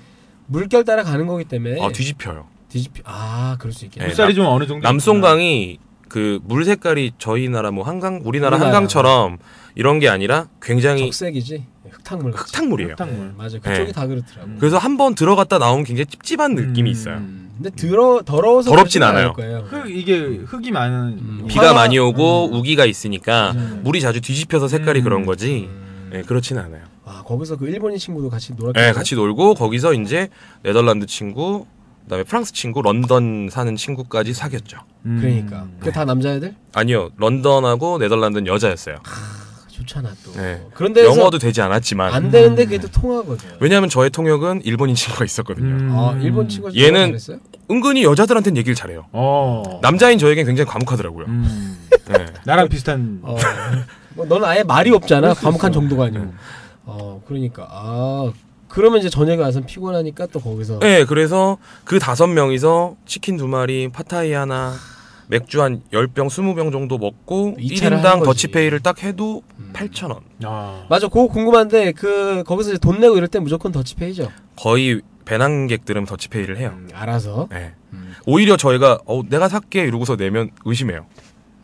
Speaker 1: 물결 따라 가는 거기 때문에
Speaker 2: 아 뒤집혀요.
Speaker 1: 뒤집히 아 그럴 수 있겠네.
Speaker 2: 네.
Speaker 3: 물살이 좀 어느 정도
Speaker 2: 남송강이 그 물 색깔이 저희 나라 뭐 한강 우리나라
Speaker 1: 우리나라.
Speaker 2: 한강처럼 이런 게 아니라 굉장히
Speaker 1: 적색이지 흑탕물. 같이.
Speaker 2: 흑탕물이에요.
Speaker 3: 탕
Speaker 1: 네,
Speaker 3: 물
Speaker 1: 맞아 그쪽이
Speaker 2: 네.
Speaker 1: 다 그렇더라고.
Speaker 3: 음.
Speaker 2: 그래서 한 번 들어갔다 나온 굉장히 찝찝한 느낌이
Speaker 3: 음.
Speaker 2: 있어요.
Speaker 1: 근데 더러 더러워서
Speaker 2: 더럽진
Speaker 1: 그러진 않을
Speaker 2: 않아요.
Speaker 1: 거예요.
Speaker 3: 흙 이게 흙이 많은
Speaker 1: 음.
Speaker 2: 비가
Speaker 3: 화가-
Speaker 2: 많이 오고
Speaker 3: 음.
Speaker 2: 우기가 있으니까
Speaker 1: 음.
Speaker 2: 물이 자주 뒤집혀서 색깔이
Speaker 3: 음.
Speaker 2: 그런 거지.
Speaker 1: 음.
Speaker 2: 네, 그렇진 않아요.
Speaker 1: 아 거기서 그 일본인 친구도 같이 놀았겠
Speaker 2: 네, 같이 놀고 거기서 이제 네덜란드 친구, 그다음에 프랑스 친구, 런던 사는 친구까지 사귀었죠.
Speaker 3: 음.
Speaker 1: 그러니까
Speaker 3: 네.
Speaker 1: 그게 다 남자애들?
Speaker 2: 아니요, 런던하고 네덜란드는 여자였어요.
Speaker 1: 아, 좋잖아 또.
Speaker 2: 네.
Speaker 1: 그런데
Speaker 2: 영어도 되지 않았지만
Speaker 1: 안 되는데 그게 또 통하거든.
Speaker 2: 왜냐하면 저의 통역은 일본인 친구가 있었거든요.
Speaker 3: 음.
Speaker 1: 아 일본 친구
Speaker 2: 얘는- 은근히 여자들한테는 얘기를 잘해요.
Speaker 3: 어.
Speaker 2: 남자인 저에겐 굉장히 과묵하더라고요.
Speaker 3: 음.
Speaker 2: 네.
Speaker 3: 나랑 비슷한
Speaker 1: 어, 뭐 너는 아예 말이 없잖아. 과묵한 정도가 아니고.
Speaker 2: 네.
Speaker 1: 어, 그러니까 아 그러면 이제 저녁에 와서 피곤하니까 또 거기서
Speaker 2: 네, 그래서 그 다섯 명이서 치킨 두 마리, 파타이 하나, 맥주 한 10병, 20병 정도 먹고
Speaker 1: 이 차를 하는
Speaker 2: 1인당
Speaker 1: 거지.
Speaker 2: 더치페이를 딱 해도
Speaker 1: 음.
Speaker 2: 8,000원.
Speaker 3: 아.
Speaker 1: 맞아. 그거 궁금한데 그 거기서 이제 돈 내고 이럴 때 무조건 더치페이죠.
Speaker 2: 거의 배낭객들은 더치페이를 해요.
Speaker 1: 음, 알아서.
Speaker 2: 네.
Speaker 1: 음,
Speaker 2: 오히려 저희가 어, 내가 살게 이러고서 내면 의심해요.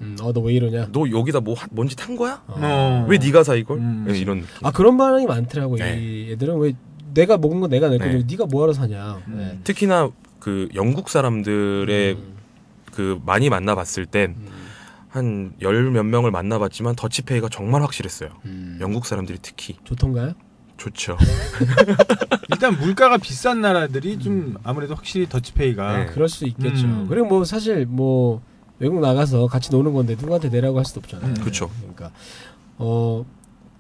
Speaker 1: 음, 어너 왜 이러냐.
Speaker 2: 너 여기다 뭐 하- 뭔지 탄 거야?
Speaker 1: 어.
Speaker 3: 어.
Speaker 2: 왜 네가 사 이걸?
Speaker 3: 음.
Speaker 2: 네, 이런 느낌.
Speaker 1: 아 그런 반응이 많더라고. 이 애들은 왜 내가 먹은 거 내가 낼 건데
Speaker 2: 네.
Speaker 1: 네. 네가 뭐하러 사냐.
Speaker 3: 음.
Speaker 1: 네.
Speaker 2: 특히나 그 영국 사람들의
Speaker 1: 음,
Speaker 2: 그 많이 만나봤을
Speaker 1: 음,
Speaker 2: 땐 한 열 몇 명을 만나봤지만 더치페이가 정말 확실했어요.
Speaker 1: 음.
Speaker 2: 영국 사람들이 특히
Speaker 1: 좋던가요?
Speaker 2: 좋죠.
Speaker 3: 일단 물가가 비싼 나라들이
Speaker 1: 음.
Speaker 3: 좀 아무래도 확실히 더치페이가
Speaker 2: 네.
Speaker 1: 그럴 수 있겠죠.
Speaker 3: 음.
Speaker 1: 그리고 뭐 사실 뭐 외국 나가서 같이 노는 건데 누구한테 내라고 할 수도 없잖아요.
Speaker 3: 음.
Speaker 2: 그쵸.
Speaker 1: 그러니까 어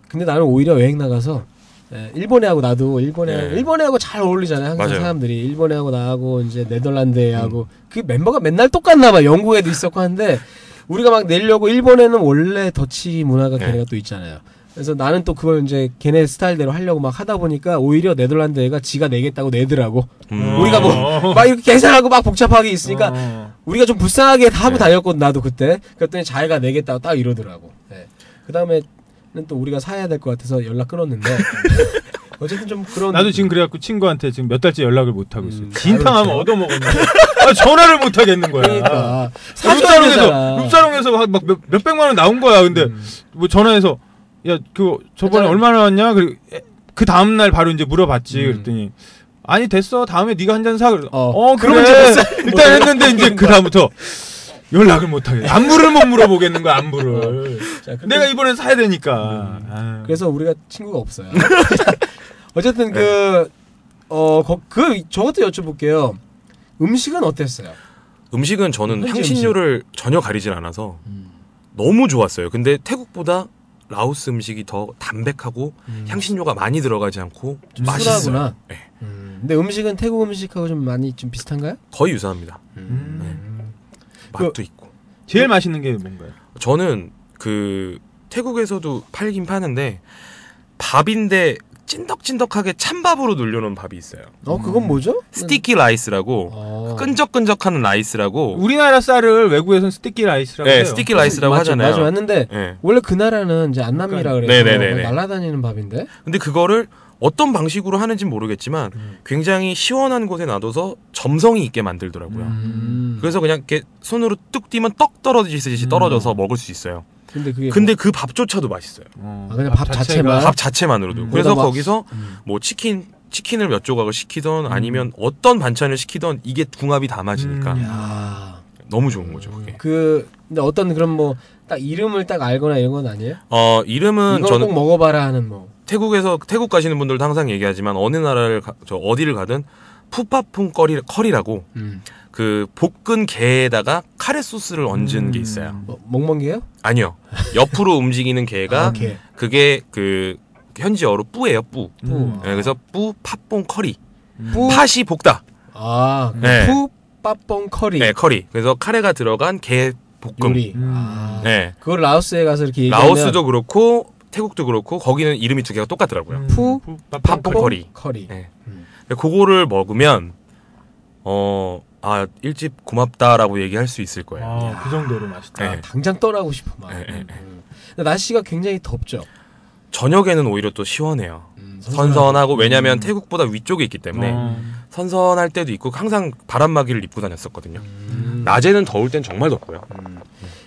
Speaker 1: 근데 나는 오히려 여행 나가서 예, 일본애하고 나도 일본애
Speaker 2: 예.
Speaker 1: 일본애하고 잘 어울리잖아요. 항상
Speaker 2: 맞아요. 음.
Speaker 1: 사람들이 일본애하고 나하고 이제 네덜란드애하고 그 멤버가 맨날 똑같나 봐. 영국에도 있었고 한데 우리가 막 내려고 일본에는 원래 더치 문화가
Speaker 2: 네.
Speaker 1: 걔네가 또 있잖아요. 그래서 나는 또 그걸 이제 걔네 스타일대로 하려고 막 하다 보니까 오히려 네덜란드 애가 지가 내겠다고 내더라고.
Speaker 2: 음.
Speaker 1: 우리가 뭐 막 이렇게 계산하고 막 복잡하게 있으니까
Speaker 3: 어.
Speaker 1: 우리가 좀 불쌍하게 다 하고
Speaker 2: 네.
Speaker 1: 다녔거든 나도 그때 그랬더니 자기가 내겠다고 네. 딱 이러더라고 그 다음에는 또 우리가 사야 될 것 같아서 연락 끊었는데 어쨌든 좀 그런
Speaker 3: 나도 지금 그래갖고 친구한테 지금 몇 달째 연락을 못 하고 있어.
Speaker 1: 음,
Speaker 3: 요 진탕하면
Speaker 1: 아유,
Speaker 3: 얻어먹었네. 아, 전화를 못 하겠는 거야. 아,
Speaker 1: 그러니까 사줘야 되잖아.
Speaker 3: 룸사롱에서 룸사롱에서 막 몇, 몇백만 원 나온 거야. 근데
Speaker 1: 음.
Speaker 3: 뭐 전화해서 야 그거 저번에
Speaker 1: 하잖아.
Speaker 3: 얼마나 왔냐? 그리고 에, 그 다음 날 바로 이제 물어봤지.
Speaker 1: 음.
Speaker 3: 그랬더니 아니 됐어. 다음에 네가 한 잔 사. 어,
Speaker 1: 어.
Speaker 3: 어
Speaker 1: 그러면
Speaker 3: 그래.
Speaker 1: 이제
Speaker 3: 일단 했는데 이제 그 다음부터 연락을 못 하겠. 안부를 못 물어보겠는 거야. 안부를.
Speaker 1: 음. 자, 그럼-
Speaker 3: 내가 이번엔 사야 되니까. 아유.
Speaker 1: 그래서 우리가 친구가 없어요. 어쨌든 그 어, 거- 그 저것도 여쭤볼게요. 음식은 어땠어요?
Speaker 2: 음식은 저는
Speaker 1: 현지
Speaker 2: 향신료를 전혀 가리진 않아서
Speaker 1: 음.
Speaker 2: 너무 좋았어요. 근데 태국보다 라오스 음식이 더 담백하고 향신료가 많이 들어가지 않고
Speaker 1: 음. 좀
Speaker 2: 맛있어요.
Speaker 1: 순하구나.
Speaker 2: 네.
Speaker 1: 음, 근데 음식은 태국 음식하고 좀 많이 좀 비슷한가요?
Speaker 2: 거의 유사합니다.
Speaker 3: 음.
Speaker 1: 그
Speaker 2: 맛도 있고.
Speaker 3: 제일 맛있는 게 뭔가요?
Speaker 2: 저는 그 태국에서도 팔긴 파는데 밥인데 찐덕찐덕하게 찬밥으로 눌려놓은 밥이 있어요.
Speaker 1: 어, 그건 뭐죠?
Speaker 2: 스티키 라이스라고
Speaker 1: 음. 어.
Speaker 2: 끈적끈적하는 라이스라고.
Speaker 3: 우리나라 쌀을 외국에서는 스티키 라이스라고
Speaker 2: 네,
Speaker 3: 해요.
Speaker 2: 스티키 라이스라고
Speaker 1: 맞죠,
Speaker 2: 하잖아요.
Speaker 1: 맞아 맞는데
Speaker 2: 예.
Speaker 1: 원래 그 나라는 이제 안남미라 그래서
Speaker 2: 네네네네.
Speaker 1: 날아다니는 밥인데
Speaker 2: 근데 그거를 어떤 방식으로 하는지 는 모르겠지만
Speaker 3: 음.
Speaker 2: 굉장히 시원한 곳에 놔둬서 점성이 있게 만들더라고요.
Speaker 1: 음.
Speaker 2: 그래서 그냥 이렇게 손으로 뚝 뛰면 떡 떨어지듯이
Speaker 3: 음.
Speaker 2: 떨어져서 먹을 수 있어요.
Speaker 1: 근데 그게 뭐
Speaker 2: 근데 그 밥조차도 맛있어요.
Speaker 3: 어,
Speaker 1: 아, 그냥 밥 자체만?
Speaker 2: 밥 자체만으로도.
Speaker 3: 음.
Speaker 2: 그래서
Speaker 1: 그러다 막-
Speaker 2: 거기서
Speaker 1: 음.
Speaker 2: 뭐 치킨 치킨을 몇 조각을 시키던 아니면 어떤 반찬을 시키던 이게 궁합이 다 맞으니까
Speaker 3: 음.
Speaker 1: 야.
Speaker 2: 너무 좋은 거죠. 그게.
Speaker 1: 그 근데 어떤 그런 뭐 딱 이름을 딱 알거나 이런 건 아니에요?
Speaker 2: 어
Speaker 1: 이걸
Speaker 2: 이름은
Speaker 1: 꼭
Speaker 2: 저는
Speaker 1: 먹어봐라 하는 뭐
Speaker 2: 태국에서 태국 가시는 분들도 항상 얘기하지만 어느 나라를 가- 저 어디를 가든 푸파풍 커리 커리라고
Speaker 1: 음.
Speaker 2: 그 볶은 게에다가 카레 소스를 얹은
Speaker 3: 음.
Speaker 2: 게 있어요.
Speaker 1: 뭐, 먹멍게요?
Speaker 2: 아니요. 옆으로 움직이는 게가
Speaker 1: 아, 오케이.
Speaker 2: 그게 그 현지어로 뿌예요, 뿌.
Speaker 1: 음.
Speaker 2: 예, 그래서 뿌 팥뽕 커리.
Speaker 3: 음.
Speaker 1: 뿌.
Speaker 2: 팥이 볶다.
Speaker 1: 아,
Speaker 2: 네.
Speaker 1: 푸 빠뽕 커리
Speaker 2: 네, 커리. 그래서 카레가 들어간 게 볶음.
Speaker 1: 요리.
Speaker 3: 음.
Speaker 1: 아.
Speaker 2: 네.
Speaker 1: 그걸 라오스에 가서 이렇게 얘기하면
Speaker 2: 라오스도 그렇고 태국도 그렇고 거기는 이름이 두 개가
Speaker 3: 음.
Speaker 2: 똑같더라고요.
Speaker 1: 푸,
Speaker 2: 팥뽕 커리.
Speaker 1: 커리.
Speaker 2: 네.
Speaker 1: 음.
Speaker 2: 근데 그거를 먹으면 어, 아, 일집 고맙다라고 얘기할 수 있을 거예요.
Speaker 3: 아, 그 정도로 맛있다.
Speaker 2: 네.
Speaker 1: 당장 떠나고 싶어 막.
Speaker 2: 네, 네,
Speaker 1: 음. 근데 날씨가 굉장히 덥죠.
Speaker 2: 저녁에는 오히려 또 시원해요.
Speaker 1: 음,
Speaker 2: 선선하고 왜냐면
Speaker 3: 음.
Speaker 2: 태국보다 위쪽에 있기 때문에
Speaker 3: 어.
Speaker 2: 선선할 때도 있고 항상 바람막이를 입고 다녔었거든요.
Speaker 1: 음.
Speaker 2: 낮에는 더울 땐 정말 덥고요.
Speaker 1: 음.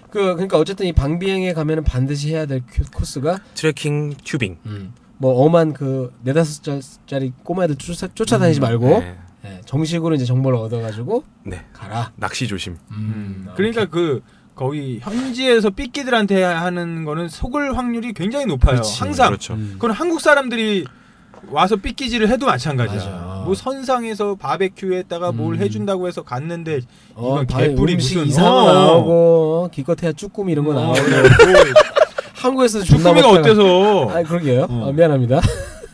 Speaker 1: 그 그러니까 어쨌든 이 방비행에 가면은 반드시 해야 될 큐- 코스가
Speaker 2: 트레킹, 튜빙.
Speaker 3: 음.
Speaker 1: 뭐 엄한 그 네다섯 짜리 꼬마애들 쫓아, 쫓아다니지
Speaker 3: 음.
Speaker 1: 말고
Speaker 2: 네.
Speaker 1: 네, 정식으로 이제 정보를 얻어가지고
Speaker 2: 네.
Speaker 1: 가라.
Speaker 2: 낚시 조심.
Speaker 3: 음. 그러니까 그 거기 현지에서 삐끼들한테 하는 거는 속을 확률이 굉장히 높아요. 항상.
Speaker 2: 그렇죠.
Speaker 3: 그건 한국 사람들이 와서 삐끼질을 해도 마찬가지야.
Speaker 1: 맞아.
Speaker 3: 뭐 선상에서 바베큐에다가 뭘
Speaker 1: 음.
Speaker 3: 해준다고 해서 갔는데
Speaker 1: 어,
Speaker 3: 이건
Speaker 1: 밤에
Speaker 3: 개뿔이
Speaker 1: 음식
Speaker 3: 무슨-
Speaker 1: 이상한 거
Speaker 3: 어.
Speaker 1: 나오고 어, 기껏해야 쭈꾸미 이런 거 나오고
Speaker 3: 뭐
Speaker 1: 한국에서 존나
Speaker 3: 주꾸미가
Speaker 1: 먹다가-
Speaker 3: 어때서?
Speaker 1: 아 그러게요.
Speaker 3: 어.
Speaker 1: 아, 미안합니다.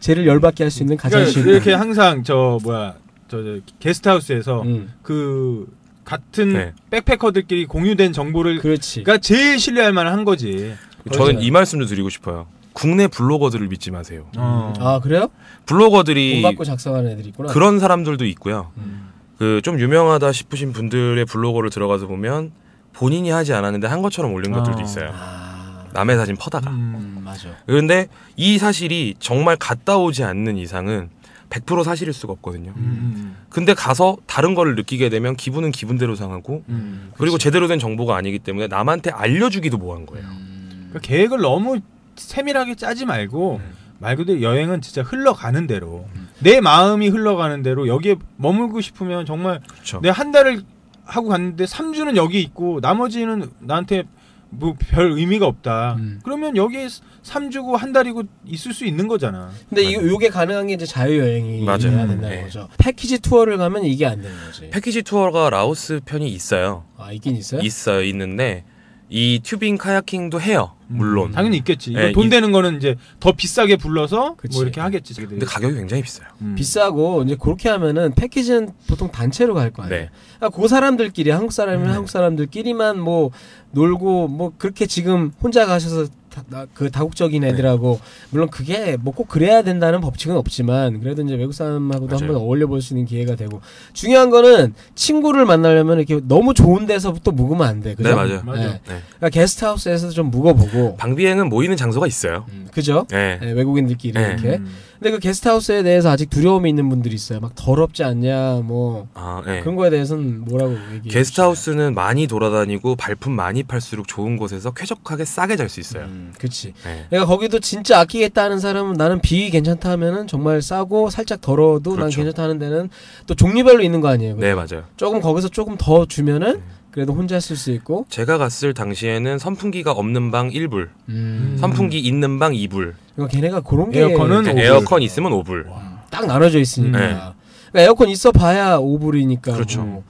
Speaker 1: 쟤를 열받게 할 수 있는 가장
Speaker 3: 그러니까
Speaker 1: 쉬운
Speaker 2: 음.
Speaker 3: 이렇게 항상 저 뭐야 저, 저 게스트하우스에서
Speaker 1: 음,
Speaker 3: 그 같은
Speaker 2: 네.
Speaker 3: 백패커들끼리 공유된 정보를
Speaker 1: 그렇지.
Speaker 3: 그러니까 제일 신뢰할 만한 거지.
Speaker 2: 저는 이 말씀도 드리고 싶어요. 국내 블로거들을 믿지 마세요.
Speaker 3: 어.
Speaker 1: 아 그래요? 돈
Speaker 2: 블로거들이
Speaker 1: 받고 작성하는 애들이 있구나.
Speaker 2: 그런 사람들도 있고요.
Speaker 1: 음.
Speaker 2: 그 좀 유명하다 싶으신 분들의 블로거를 들어가서 보면 본인이 하지 않았는데 한 것처럼 올린
Speaker 3: 아.
Speaker 2: 것들도 있어요.
Speaker 1: 아,
Speaker 2: 남의 사진 퍼다가.
Speaker 3: 음.
Speaker 1: 음, 맞아.
Speaker 2: 그런데 이 사실이 정말 갔다 오지 않는 이상은 100% 사실일 수가 없거든요.
Speaker 3: 음.
Speaker 2: 근데 가서 다른 거를 느끼게 되면 기분은 기분대로 상하고
Speaker 3: 음.
Speaker 2: 그리고 제대로 된 정보가 아니기 때문에 남한테 알려주기도 뭐한 거예요. 음.
Speaker 3: 그러니까 계획을 너무 세밀하게 짜지 말고
Speaker 1: 네.
Speaker 3: 말 그대로 여행은 진짜 흘러가는 대로 내 마음이 흘러가는 대로 여기에 머물고 싶으면 정말
Speaker 2: 그렇죠.
Speaker 3: 내 네, 한 달을 하고 갔는데 3주는 여기 있고 나머지는 나한테 뭐 별 의미가 없다.
Speaker 1: 음.
Speaker 3: 그러면 여기에 3주고 한 달이고 있을 수 있는 거잖아.
Speaker 1: 근데 이 요게 가능한 게 이제 자유 여행이
Speaker 2: 맞아요.
Speaker 1: 돼야 된다는
Speaker 2: 네.
Speaker 1: 거죠. 패키지 투어를 가면 이게 안 되는 거지.
Speaker 2: 패키지 투어가 라오스 편이 있어요.
Speaker 1: 아 있긴 있어요.
Speaker 2: 있어요. 있는데 이 튜빙 카야킹도 해요. 물론.
Speaker 3: 음. 당연히 있겠지. 이거
Speaker 2: 예,
Speaker 3: 돈
Speaker 2: 이-
Speaker 3: 되는 거는 이제 더 비싸게 불러서
Speaker 1: 그치.
Speaker 3: 뭐 이렇게 하겠지. 자기들이.
Speaker 2: 근데 가격이 굉장히 비싸요.
Speaker 3: 음.
Speaker 1: 비싸고 이제 그렇게 하면은 패키지는 보통 단체로 갈 거 아니에요.
Speaker 2: 네.
Speaker 1: 아, 그 사람들끼리 한국 사람이면 한국 사람들끼리만 뭐 놀고 뭐 그렇게 지금 혼자 가셔서 다, 나- 그
Speaker 2: 네.
Speaker 1: 다국적인 애들하고 물론 그게 뭐 꼭 그래야 된다는 법칙은 없지만 그래도 이제 외국 사람하고도
Speaker 2: 맞아요.
Speaker 1: 한번 어울려 볼 수 있는 기회가 되고 중요한 거는 친구를 만나려면 이렇게 너무 좋은 데서부터 묵으면 안 돼. 그죠?
Speaker 2: 네, 맞아요.
Speaker 3: 맞아요.
Speaker 1: 네.
Speaker 2: 네.
Speaker 1: 그러니까 게스트하우스에서 좀 묵어보고
Speaker 2: 방비행은 모이는 장소가 있어요.
Speaker 1: 음, 그죠?
Speaker 2: 네.
Speaker 1: 네, 외국인들끼리
Speaker 2: 네.
Speaker 1: 이렇게
Speaker 3: 음.
Speaker 1: 근데 그 게스트하우스에 대해서 아직 두려움이 있는 분들이 있어요. 막 더럽지 않냐 뭐
Speaker 2: 아, 예.
Speaker 1: 그런 거에 대해서는 뭐라고 얘기해.
Speaker 2: 게스트하우스는 많이 돌아다니고 발품 많이 팔수록 좋은 곳에서 쾌적하게 싸게 잘 수 있어요.
Speaker 1: 음, 그치.
Speaker 2: 네.
Speaker 1: 내가 거기도 진짜 아끼겠다 하는 사람은 나는 비 괜찮다 하면은 정말 싸고 살짝 덜어도 난
Speaker 2: 그렇죠.
Speaker 1: 괜찮다 하는 데는 또 종류별로 있는 거 아니에요.
Speaker 2: 네, 맞아요.
Speaker 1: 조금 거기서 조금 더 주면은 그래도 혼자 쓸 수 있고.
Speaker 2: 제가 갔을 당시에는 선풍기가 없는 방 1불,
Speaker 1: 음.
Speaker 2: 선풍기 있는 방 2불,
Speaker 1: 그러니까 걔네가 그런 게
Speaker 3: 에어컨은 오불.
Speaker 2: 에어컨 있으면 5불.
Speaker 1: 딱 나눠져 있으니까.
Speaker 2: 네.
Speaker 1: 그러니까 에어컨 있어 봐야 오불이니까.
Speaker 2: 그렇죠.
Speaker 1: 뭐.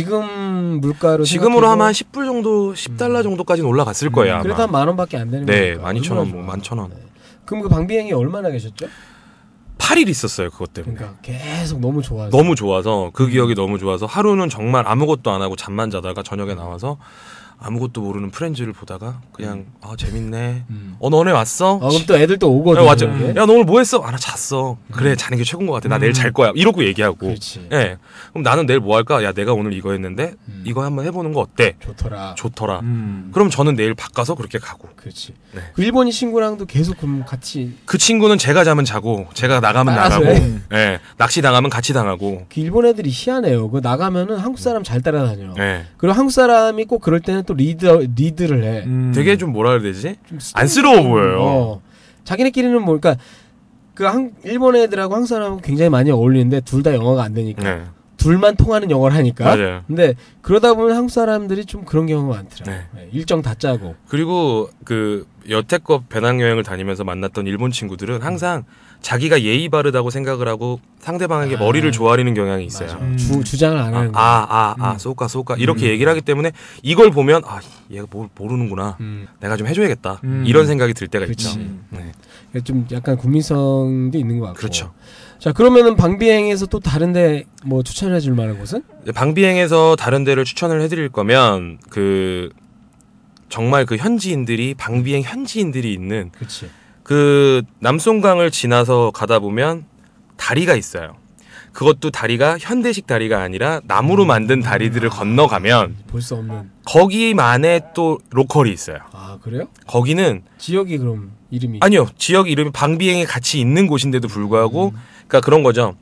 Speaker 1: 지금 물가로
Speaker 2: 지금으로
Speaker 1: 생각해도
Speaker 2: 하면 한 10불 정도, 10달러 정도까지는 올라갔을 거예요,
Speaker 1: 음,
Speaker 2: 아마.
Speaker 1: 그래도 한 만 원밖에 안 되는
Speaker 2: 네,
Speaker 1: 거니까.
Speaker 2: 12,000원,
Speaker 1: 얼마나
Speaker 2: 뭐 네,
Speaker 1: 좋아.
Speaker 2: 11,000원.
Speaker 1: 그럼 그 방비행이 얼마나 계셨죠?
Speaker 2: 8일 있었어요, 그것 때문에.
Speaker 1: 그러니까 계속 너무 좋아서.
Speaker 2: 네. 너무 좋아서
Speaker 1: 음.
Speaker 2: 그 기억이 너무 좋아서 하루는 정말 아무것도 안 하고 잠만 자다가 저녁에 나와서 아무것도 모르는 프렌즈를 보다가 그냥 아 재밌네.
Speaker 1: 음.
Speaker 2: 어 너네 왔어?
Speaker 1: 아, 그럼 또 애들 또 예?
Speaker 2: 야,
Speaker 1: 오거든.
Speaker 2: 네, 맞죠.
Speaker 1: 그런 게.
Speaker 2: 야, 너 오늘 뭐 했어? 아, 나 잤어. 그래, 자는 게 최고인 것 같아. 나 내일 잘 거야. 이러고
Speaker 1: 음.
Speaker 2: 얘기하고.
Speaker 1: 그렇지.
Speaker 2: 예. 그럼 나는 내일 뭐 할까? 야, 내가 오늘 이거 했는데,
Speaker 1: 음. 아.
Speaker 2: 이거 한번 해보는 거 어때?
Speaker 1: 좋더라.
Speaker 2: 좋더라.
Speaker 3: 음.
Speaker 2: 그럼 저는 내일 바꿔서 그렇게 가고.
Speaker 1: 그렇지.
Speaker 2: 네.
Speaker 1: 그 일본인 친구랑도 계속 그럼 같이
Speaker 2: 그 친구는 제가 자면 자고, 제가 나가면
Speaker 1: 따라서
Speaker 2: 나가고,
Speaker 3: 음.
Speaker 1: 해.
Speaker 2: 예. 낚시 당하면 같이 당하고,
Speaker 1: 그 일본 애들이 희한해요. 그 나가면은
Speaker 2: 음.
Speaker 1: 한국 사람 잘 따라다녀.
Speaker 2: 예.
Speaker 1: 그리고 한국 사람이 꼭 그럴 때는 또 리더 리드를 해.
Speaker 3: 음.
Speaker 2: 되게 좀 뭐라 해야 되지?
Speaker 1: 좀 스토리-
Speaker 2: 안쓰러워 보여요.
Speaker 1: 어. 자기네끼리는 뭐 그러니까 그 한, 일본 애들하고 한국 사람하고 굉장히 많이 어울리는데 둘 다 영어가 안 되니까
Speaker 2: 네.
Speaker 1: 둘만 통하는 영어를 하니까.
Speaker 2: 맞아요.
Speaker 1: 근데 그러다 보면 한국 사람들이 좀 그런 경우가 많더라. 네. 일정 다 짜고.
Speaker 2: 그리고 그 여태껏 배낭여행을 다니면서 만났던 일본 친구들은 항상 자기가 예의 바르다고 생각을 하고 상대방에게
Speaker 1: 아.
Speaker 2: 머리를 조아리는 경향이 있어요.
Speaker 1: 맞아.
Speaker 3: 음.
Speaker 1: 주, 주장을 안 하는
Speaker 2: 아,
Speaker 1: 거.
Speaker 2: 아, 아,
Speaker 3: 음.
Speaker 2: 쏘까, 쏘까. 이렇게 얘기를 하기 때문에 이걸 보면, 아, 얘가 뭘 모르는구나. 내가 좀 해줘야겠다.
Speaker 3: 음.
Speaker 2: 이런 생각이 들 때가
Speaker 1: 그치.
Speaker 2: 있죠.
Speaker 3: 음.
Speaker 2: 네.
Speaker 1: 예, 좀 약간 국민성도 있는 것 같고.
Speaker 2: 그렇죠.
Speaker 1: 자 그러면은 방비행에서 또 다른데 뭐 추천해 줄 만한 곳은?
Speaker 2: 방비행에서 다른 데를 추천을 해드릴 거면, 그, 정말 그 현지인들이, 방비행 현지인들이 있는
Speaker 1: 그렇지.
Speaker 2: 그 남송강을 지나서 가다 보면 다리가 있어요. 그것도 다리가 현대식 다리가 아니라 나무로 만든 다리들을 건너가면
Speaker 1: 볼 수 없는.
Speaker 2: 거기만의 또 로컬이 있어요.
Speaker 1: 아 그래요?
Speaker 2: 거기는
Speaker 1: 지역이 그럼 이름이.
Speaker 2: 아니요 지역 이름이 방비행이 같이 있는 곳인데도 불구하고 그러니까 그런 거죠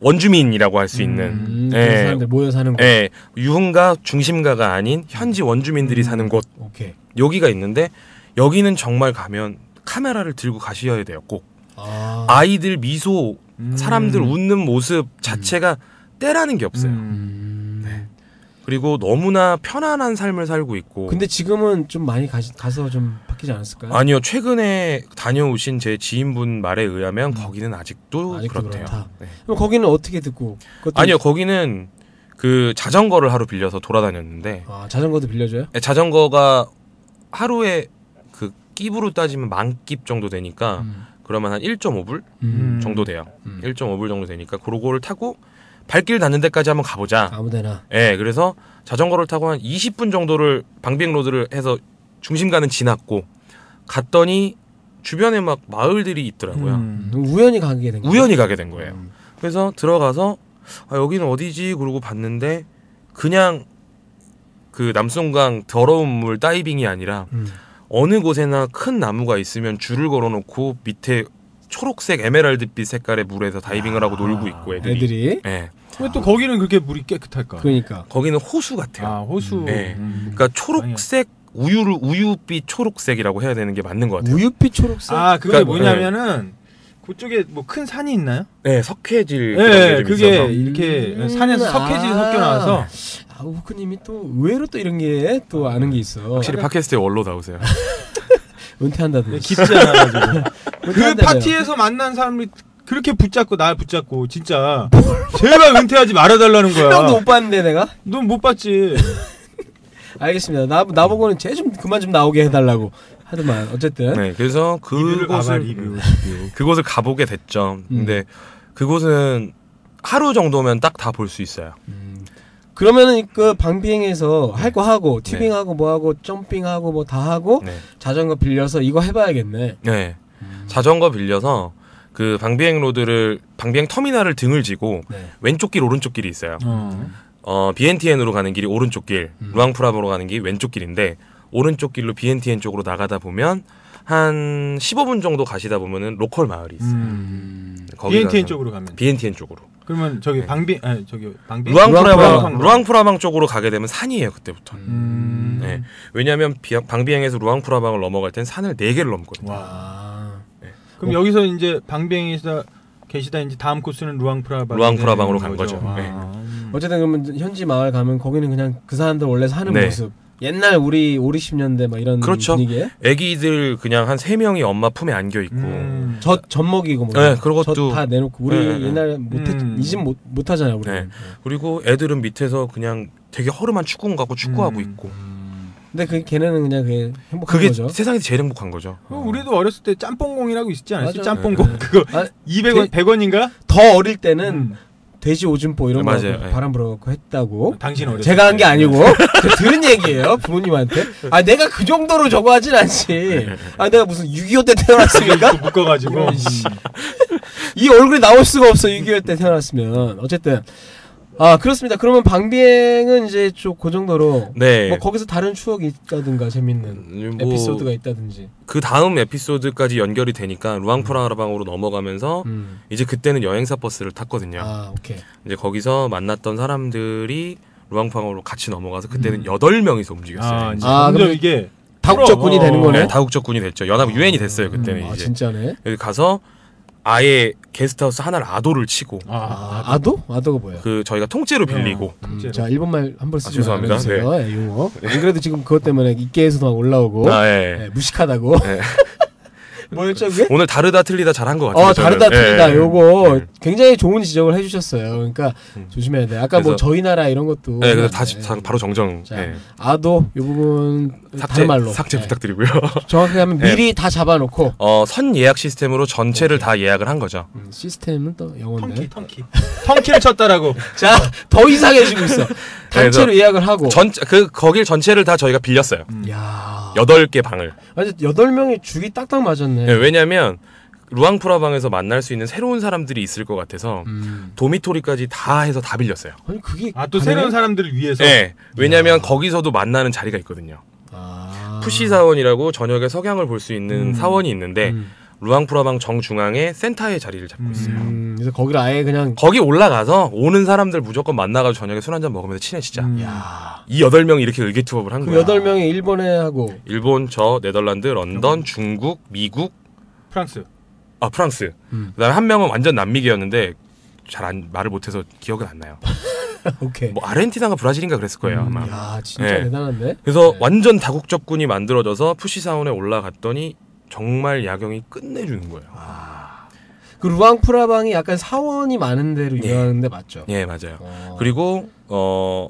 Speaker 2: 원주민이라고 할 수 있는
Speaker 1: 음,
Speaker 2: 예.
Speaker 1: 그런 사람들 모여 사는 곳.
Speaker 2: 예 유흥가 중심가가 아닌 현지 원주민들이 사는 곳
Speaker 1: 오케이.
Speaker 2: 여기가 있는데 여기는 정말 가면 카메라를 들고 가셔야 돼요 꼭
Speaker 1: 아.
Speaker 2: 아이들 미소
Speaker 3: 음.
Speaker 2: 사람들 웃는 모습 자체가 때라는 게 없어요
Speaker 3: 음.
Speaker 1: 음.
Speaker 2: 네. 그리고 너무나 편안한 삶을 살고 있고
Speaker 1: 근데 지금은 좀 많이 가시, 가서 좀 바뀌지 않았을까요?
Speaker 2: 아니요 최근에 다녀오신 제 지인분 말에 의하면 거기는 아직도,
Speaker 1: 아직도
Speaker 2: 그렇대요.
Speaker 1: 그렇다.
Speaker 2: 네.
Speaker 1: 그럼 거기는 어떻게 듣고? 그것도-
Speaker 2: 아니요 거기는 그 자전거를 하루 빌려서 돌아다녔는데 예,
Speaker 1: 아, 자전거도 빌려줘요?
Speaker 2: 자전거가 하루에 그 끼부로 따지면 만끼 정도 되니까
Speaker 1: 음.
Speaker 2: 그러면 한 1.5불
Speaker 1: 음.
Speaker 2: 정도 돼요.
Speaker 1: 음.
Speaker 2: 1.5불 정도 되니까 그거를 타고 발길 닿는 데까지 한번 가보자.
Speaker 1: 아무데나.
Speaker 2: 예, 그래서 자전거를 타고 한 20분 정도를 방백로드를 해서 중심가는 지났고 갔더니 주변에 막 마을들이 있더라고요.
Speaker 1: 음,
Speaker 3: 음.
Speaker 1: 우연히 가게 된 거예요.
Speaker 2: 우연히 가게 된 거예요.
Speaker 1: 음.
Speaker 2: 그래서 들어가서 아, 여기는 어디지? 그러고 봤는데 그냥 그 남송강 더러운 물 다이빙이 아니라
Speaker 1: 음.
Speaker 2: 어느 곳에나 큰 나무가 있으면 줄을 걸어놓고 밑에 초록색 에메랄드빛 색깔의 물에서 다이빙을 하고 놀고 있고 애들이.
Speaker 1: 애들이.
Speaker 2: 예.
Speaker 3: 왜또 거기는 그렇게 물이 깨끗할까?
Speaker 1: 그러니까.
Speaker 2: 거기는 호수 같아요.
Speaker 3: 아 호수.
Speaker 2: 그렇죠. 네.
Speaker 3: 음.
Speaker 2: 그러니까 초록색 우유를 우유빛 초록색이라고 해야 되는 게 맞는 것 같아요.
Speaker 1: 우유빛 초록색.
Speaker 3: 아 그게
Speaker 2: 그러니까 뭐-
Speaker 3: 뭐냐면은 그쪽에 뭐 큰 산이 있나요?
Speaker 2: 네, 석회질 그런
Speaker 3: 예,
Speaker 2: 게좀
Speaker 3: 그게
Speaker 2: 있어서.
Speaker 3: 이렇게
Speaker 1: 음,
Speaker 3: 산에서 석회질이
Speaker 1: 아.
Speaker 3: 섞여 나와서
Speaker 1: 아, 후크님이 또 의외로 또 이런 게 또 아는 게 있어.
Speaker 2: 확실히 팟캐스트의 원로 나오세요.
Speaker 1: 은퇴한다든지.
Speaker 3: 깊지 않아가지고 그
Speaker 1: 은퇴한다며.
Speaker 3: 파티에서 만난 사람이 그렇게 붙잡고 날 붙잡고 진짜 제발 은퇴하지 말아달라는
Speaker 1: 한 명도
Speaker 3: 거야.
Speaker 1: 못 봤는데 내가.
Speaker 3: 넌 못 봤지.
Speaker 1: 알겠습니다. 나 나보고는 쟤 좀 그만 좀 나오게 해달라고 하더만 어쨌든.
Speaker 2: 네, 그래서
Speaker 3: 리뷰를 음. 봐봐,
Speaker 2: 그곳을 그곳을 가보게 됐죠. 근데 그곳은 하루 정도면 딱 다 볼 수 있어요.
Speaker 1: 음. 그러면은 그 방비행에서 할 거 하고 튜빙하고 뭐 하고 점핑하고 뭐 다
Speaker 3: 어?
Speaker 1: 하고
Speaker 2: 네.
Speaker 1: 자전거 빌려서 이거 해봐야겠네.
Speaker 2: 네. 자전거 빌려서 그 방비행 로드를 방비행 터미널을 등을 지고
Speaker 1: 네.
Speaker 2: 왼쪽 길 오른쪽 길이 있어요.
Speaker 3: 어.
Speaker 2: 어, BNTN으로 가는 길이 오른쪽 길, 루앙프라보로 가는 길이 왼쪽 길인데 오른쪽 길로 BNTN 쪽으로 나가다 보면 한 15분 정도 가시다 보면은 로컬 마을이
Speaker 3: 음.
Speaker 2: 있어요. 네, 거기
Speaker 3: BNTN
Speaker 2: 가서-
Speaker 3: 쪽으로 가면
Speaker 2: BNTN 쪽으로.
Speaker 3: 그러면 저기
Speaker 2: 네.
Speaker 3: 방비 아니 저기 방비
Speaker 2: 루앙프라방 루앙프라방 쪽으로 가게 되면 산이에요 그때부터.
Speaker 3: 음.
Speaker 2: 네. 왜냐하면 비- 방비행에서 루앙프라방을 넘어갈 땐 산을 네 개를 넘거든요.
Speaker 3: 와.
Speaker 2: 네.
Speaker 3: 그럼 여기서 이제 방비행에서 계시다 이제 다음 코스는 아. 루앙프라방
Speaker 2: 루앙프라방으로 간 거죠. 네.
Speaker 1: 어쨌든 그러면 현지 마을 가면 거기는 그냥 그 사람들 원래 사는
Speaker 2: 네.
Speaker 1: 모습. 옛날 우리 5, 20년대 막 이런
Speaker 2: 그렇죠.
Speaker 1: 분위기에
Speaker 2: 애기들 그냥 한 세 명이 엄마 품에 안겨 있고.
Speaker 3: 음.
Speaker 1: 젖 젖먹이고 뭐
Speaker 2: 네, 그런 것도-
Speaker 1: 젖다 내놓고 우리
Speaker 2: 네, 네.
Speaker 1: 옛날에 못했
Speaker 3: 음.
Speaker 1: 이집 못 못하잖아요 우리.
Speaker 2: 네. 그리고 애들은 밑에서 그냥 되게 허름한 축구공 갖고 축구하고
Speaker 3: 음.
Speaker 2: 있고.
Speaker 1: 근데 그 걔네는 그냥 그게 행복한
Speaker 2: 그게
Speaker 1: 거죠.
Speaker 2: 세상에서 제일 행복한 거죠.
Speaker 3: 우리도 어렸을 때 짬뽕공이라고 있었지 않았어요?
Speaker 1: 맞아.
Speaker 3: 짬뽕공 그거
Speaker 1: 아,
Speaker 3: 200원 100원인가?
Speaker 1: 더 어릴
Speaker 3: 음.
Speaker 1: 때는 돼지 오줌포 이런
Speaker 2: 네,
Speaker 1: 거
Speaker 2: 맞아요. 네.
Speaker 1: 바람 불어갖고 했다고.
Speaker 3: 아, 당신 어렸을
Speaker 1: 제가 한 게
Speaker 3: 때. 네.
Speaker 1: 아니고 제가 들은 얘기예요 부모님한테. 아 내가 그 정도로 저거 하진 않지. 아 내가 무슨 6.25 때 태어났으니까
Speaker 3: 이거 묶어가지고
Speaker 1: 이 얼굴이 나올 수가 없어 6.25 때 태어났으면 어쨌든 아 그렇습니다. 그러면 방비행은 이제 좀그 정도로
Speaker 2: 네.
Speaker 1: 뭐 거기서 다른 추억이 있다든가 재밌는
Speaker 2: 음, 뭐
Speaker 1: 에피소드가 있다든지.
Speaker 2: 그 다음 에피소드까지 연결이 되니까 루앙프라방으로 넘어가면서
Speaker 1: 음.
Speaker 2: 이제 그때는 여행사 버스를 탔거든요.
Speaker 1: 아 오케이.
Speaker 2: 이제 거기서 만났던 사람들이 루앙프라방으로 같이 넘어가서 그때는 여덟 명이서
Speaker 3: 아,
Speaker 2: 움직였어요.
Speaker 3: 이제
Speaker 1: 음. 아,
Speaker 3: 점점
Speaker 1: 그럼-
Speaker 3: 이게
Speaker 1: 다국적군이
Speaker 3: 어,
Speaker 1: 되는 거네.
Speaker 2: 네, 다국적군이 됐죠. 연합 유엔이 됐어요 그때는
Speaker 1: 아
Speaker 2: 이제.
Speaker 1: 진짜네.
Speaker 2: 여기 가서 아예 게스트하우스 하나를 아도를 치고
Speaker 1: 아, 아도? 아도가 뭐야?
Speaker 2: 그 저희가 통째로 빌리고
Speaker 1: 음,
Speaker 3: 통째로.
Speaker 1: 자 일본말 한번 쓰지
Speaker 2: 아, 죄송합니다.
Speaker 1: 말아주세요. 예, 용어. 안 그래도 지금 그것 때문에 이케에서도 막 올라오고
Speaker 2: 아, 예.
Speaker 1: 예, 무식하다고.
Speaker 2: 네.
Speaker 1: 뭐였죠 그게?
Speaker 2: 오늘 다르다 틀리다 잘한 것 같아요.
Speaker 1: 어 다르다
Speaker 2: 저는.
Speaker 1: 틀리다
Speaker 2: 예.
Speaker 1: 요거
Speaker 2: 예.
Speaker 1: 굉장히 좋은 지적을 해주셨어요. 그러니까
Speaker 2: 음.
Speaker 1: 조심해야 돼. 아까 뭐
Speaker 2: 그래서-
Speaker 1: 저희 나라 이런 것도.
Speaker 2: 네, 그래서
Speaker 1: 하는데.
Speaker 2: 다시 다- 바로 정정.
Speaker 1: 자,
Speaker 2: 예.
Speaker 1: 아도 이 부분
Speaker 2: 삭제
Speaker 1: 다른 말로
Speaker 2: 삭제
Speaker 1: 예.
Speaker 2: 부탁드리고요.
Speaker 1: 정확하게 하면
Speaker 2: 예.
Speaker 1: 미리 다 잡아놓고
Speaker 2: 어, 선 예약 시스템으로 전체를 다 예약을 한 거죠.
Speaker 1: 음, 시스템은 또
Speaker 3: 턴키
Speaker 1: 영어인데.
Speaker 3: 턴키 턴키를 쳤다라고
Speaker 1: 자더 이상해지고 있어. 단체로
Speaker 2: 그래서
Speaker 1: 예약을 하고.
Speaker 2: 전 그 거길 전체를 다 저희가 빌렸어요.
Speaker 1: 야.
Speaker 2: 여덟 개 방을.
Speaker 1: 아니 여덟 명이 죽이 딱딱 맞았네.
Speaker 2: 예, 왜냐면 루앙프라 방에서 만날 수 있는 새로운 사람들이 있을 것 같아서
Speaker 1: 음.
Speaker 2: 도미토리까지 다 해서 다 빌렸어요.
Speaker 1: 아니 그게
Speaker 3: 아 또
Speaker 1: 가능해?
Speaker 3: 새로운 사람들을 위해서
Speaker 2: 예. 왜냐면 거기서도 만나는 자리가 있거든요.
Speaker 1: 아.
Speaker 2: 푸시 사원이라고 네. 저녁에 석양을 볼 수 있는
Speaker 3: 음.
Speaker 2: 사원이 있는데
Speaker 1: 음.
Speaker 2: 루앙프라방 정중앙에 센터에 자리를 잡고 있어요.
Speaker 1: 음, 그래서 거기를 아예 그냥
Speaker 2: 거기 올라가서 오는 사람들 무조건 만나가지고 저녁에 술 한잔 먹으면서 친해지자.
Speaker 3: 음.
Speaker 1: 야.
Speaker 2: 이 여덟 명이 이렇게 의기투합을
Speaker 1: 그
Speaker 2: 한 거야.
Speaker 1: 여덟 명이 일본에 하고
Speaker 2: 일본, 저, 네덜란드, 런던, 중국, 미국,
Speaker 3: 프랑스
Speaker 2: 아 프랑스.
Speaker 1: 음.
Speaker 2: 그다음 한 명은 완전 남미계였는데 잘 안, 말을 못해서 기억은 안 나요.
Speaker 1: 오케이.
Speaker 2: 뭐 아르헨티나가 브라질인가 그랬을 거예요 아마.
Speaker 1: 네. 야, 진짜
Speaker 2: 네.
Speaker 1: 대단한데.
Speaker 2: 그래서 완전 다국적군이 만들어져서 푸시사원에 올라갔더니 정말 야경이 끝내주는 거예요.
Speaker 1: 그 루앙프라방이 약간 사원이 많은 데로
Speaker 2: 예.
Speaker 1: 유명한 데 맞죠?
Speaker 2: 예 맞아요.
Speaker 1: 어.
Speaker 2: 그리고 어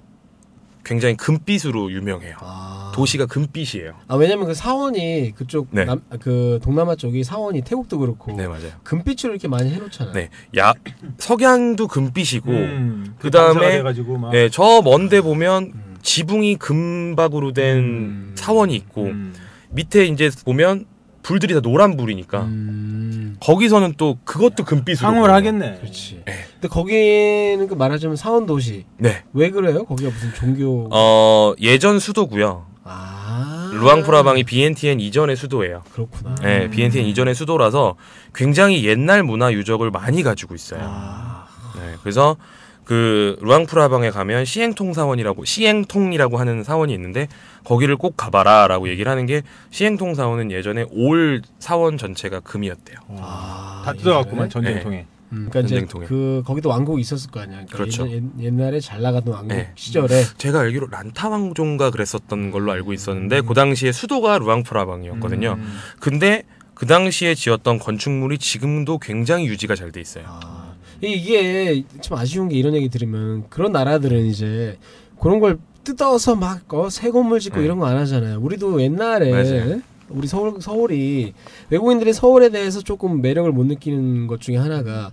Speaker 2: 굉장히 금빛으로 유명해요.
Speaker 1: 아.
Speaker 2: 도시가 금빛이에요.
Speaker 1: 아 왜냐면 그 사원이 그쪽
Speaker 2: 네.
Speaker 1: 남, 그 동남아 쪽이 사원이 태국도 그렇고
Speaker 2: 네 맞아요.
Speaker 1: 금빛으로 이렇게 많이 해놓잖아요.
Speaker 2: 네, 야 석양도 금빛이고,
Speaker 3: 음,
Speaker 2: 그 다음에-
Speaker 3: 돼가지고 막
Speaker 2: 예, 저 먼데 보면
Speaker 1: 음.
Speaker 2: 지붕이 금박으로 된
Speaker 1: 음.
Speaker 2: 사원이 있고
Speaker 3: 음.
Speaker 2: 밑에 이제 보면 불들이 다 노란 불이니까
Speaker 1: 음.
Speaker 2: 거기서는 또 그것도 금빛으로
Speaker 3: 상호를 하겠네.
Speaker 1: 그렇지. 근데 거기는 그 말하자면 사원 도시.
Speaker 2: 네.
Speaker 1: 왜 그래요? 거기가 무슨 종교?
Speaker 2: 어 예전 수도고요.
Speaker 1: 아.
Speaker 2: 루앙프라방이 BNTN 이전의 수도예요.
Speaker 1: 그렇구나.
Speaker 3: 음.
Speaker 2: 네, BNTN 이전의 수도라서 굉장히 옛날 문화 유적을 많이 가지고 있어요.
Speaker 1: 아.
Speaker 2: 네, 그래서 그 루앙프라방에 가면 시행통 사원이라고 시행통이라고 하는 사원이 있는데 거기를 꼭 가봐라라고 얘기를 하는 게 시행통 사원은 예전에 올 사원 전체가 금이었대요.
Speaker 1: 아.
Speaker 3: 어. 다 뜯어갔구만
Speaker 1: 예전에?
Speaker 3: 전쟁통에.
Speaker 1: 음, 그러니까 이제
Speaker 2: 전쟁통에.
Speaker 1: 그 거기도 왕국이 있었을 거 아니야. 그러니까
Speaker 2: 그렇죠.
Speaker 1: 옛, 옛, 옛날에 잘 나가던 왕국
Speaker 2: 네.
Speaker 1: 시절에
Speaker 2: 제가 알기로 란타왕종가 그랬었던 걸로 알고 있었는데
Speaker 1: 음.
Speaker 2: 그 당시에 수도가 루앙프라방이었거든요.
Speaker 3: 음.
Speaker 2: 근데 그 당시에 지었던 건축물이 지금도 굉장히 유지가 잘 돼 있어요.
Speaker 1: 아, 이- 이게 참 아쉬운 게 이런 얘기 들으면 그런 나라들은 이제 그런 걸 뜯어서 막 어, 새 건물 짓고
Speaker 2: 네.
Speaker 1: 이런 거 안 하잖아요. 우리도 옛날에
Speaker 2: 맞아요.
Speaker 1: 우리 서울 서울이 외국인들이 서울에 대해서 조금 매력을 못 느끼는 것 중에 하나가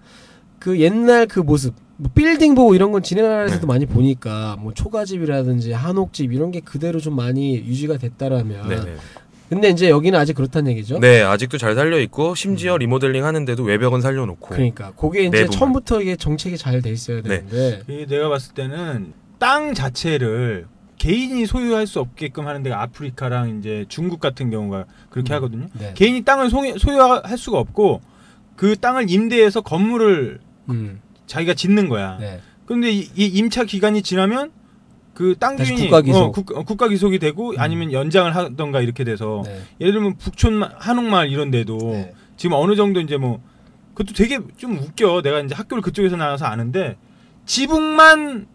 Speaker 1: 그 옛날 그 모습 뭐 빌딩 보고 이런 건 지네 나라에서도 많이 보니까 뭐 초가집이라든지 한옥집 이런 게 그대로 좀 많이 유지가 됐다라면
Speaker 2: 네네.
Speaker 1: 근데 이제 여기는 아직 아, 그렇다는 얘기죠. 음.
Speaker 2: 네, 아직도 잘 살려 있고 심지어 리모델링 하는데도 외벽은 살려 놓고
Speaker 1: 그러니까 그게 이제
Speaker 2: 내부만. 네.
Speaker 1: 처음부터 이게 정책이 잘 돼 있어야 되는데
Speaker 3: 이게 내가 봤을 때는 땅 자체를 개인이 소유할 수 없게끔 하는 데가 아프리카랑 이제 중국 같은 경우가 그렇게
Speaker 1: 음.
Speaker 3: 하거든요.
Speaker 1: 네.
Speaker 3: 개인이 땅을 소- 소유할 수가 없고 그 땅을 임대해서 건물을
Speaker 1: 음.
Speaker 3: 자기가 짓는 거야.
Speaker 1: 네.
Speaker 3: 근데 이, 이 임차 기간이 지나면 그 땅
Speaker 1: 다시
Speaker 3: 주인이
Speaker 1: 국가 기속. 음.
Speaker 3: 어, 국, 가 기속이 되고 아니면 연장을 하던가 이렇게 돼서
Speaker 1: 네.
Speaker 3: 예를 들면 북촌 마- 한옥마을 이런 데도
Speaker 1: 네.
Speaker 3: 지금 어느 정도 이제 뭐 그것도 되게 좀 웃겨. 내가 이제 학교를 그쪽에서 나와서 아는데 지붕만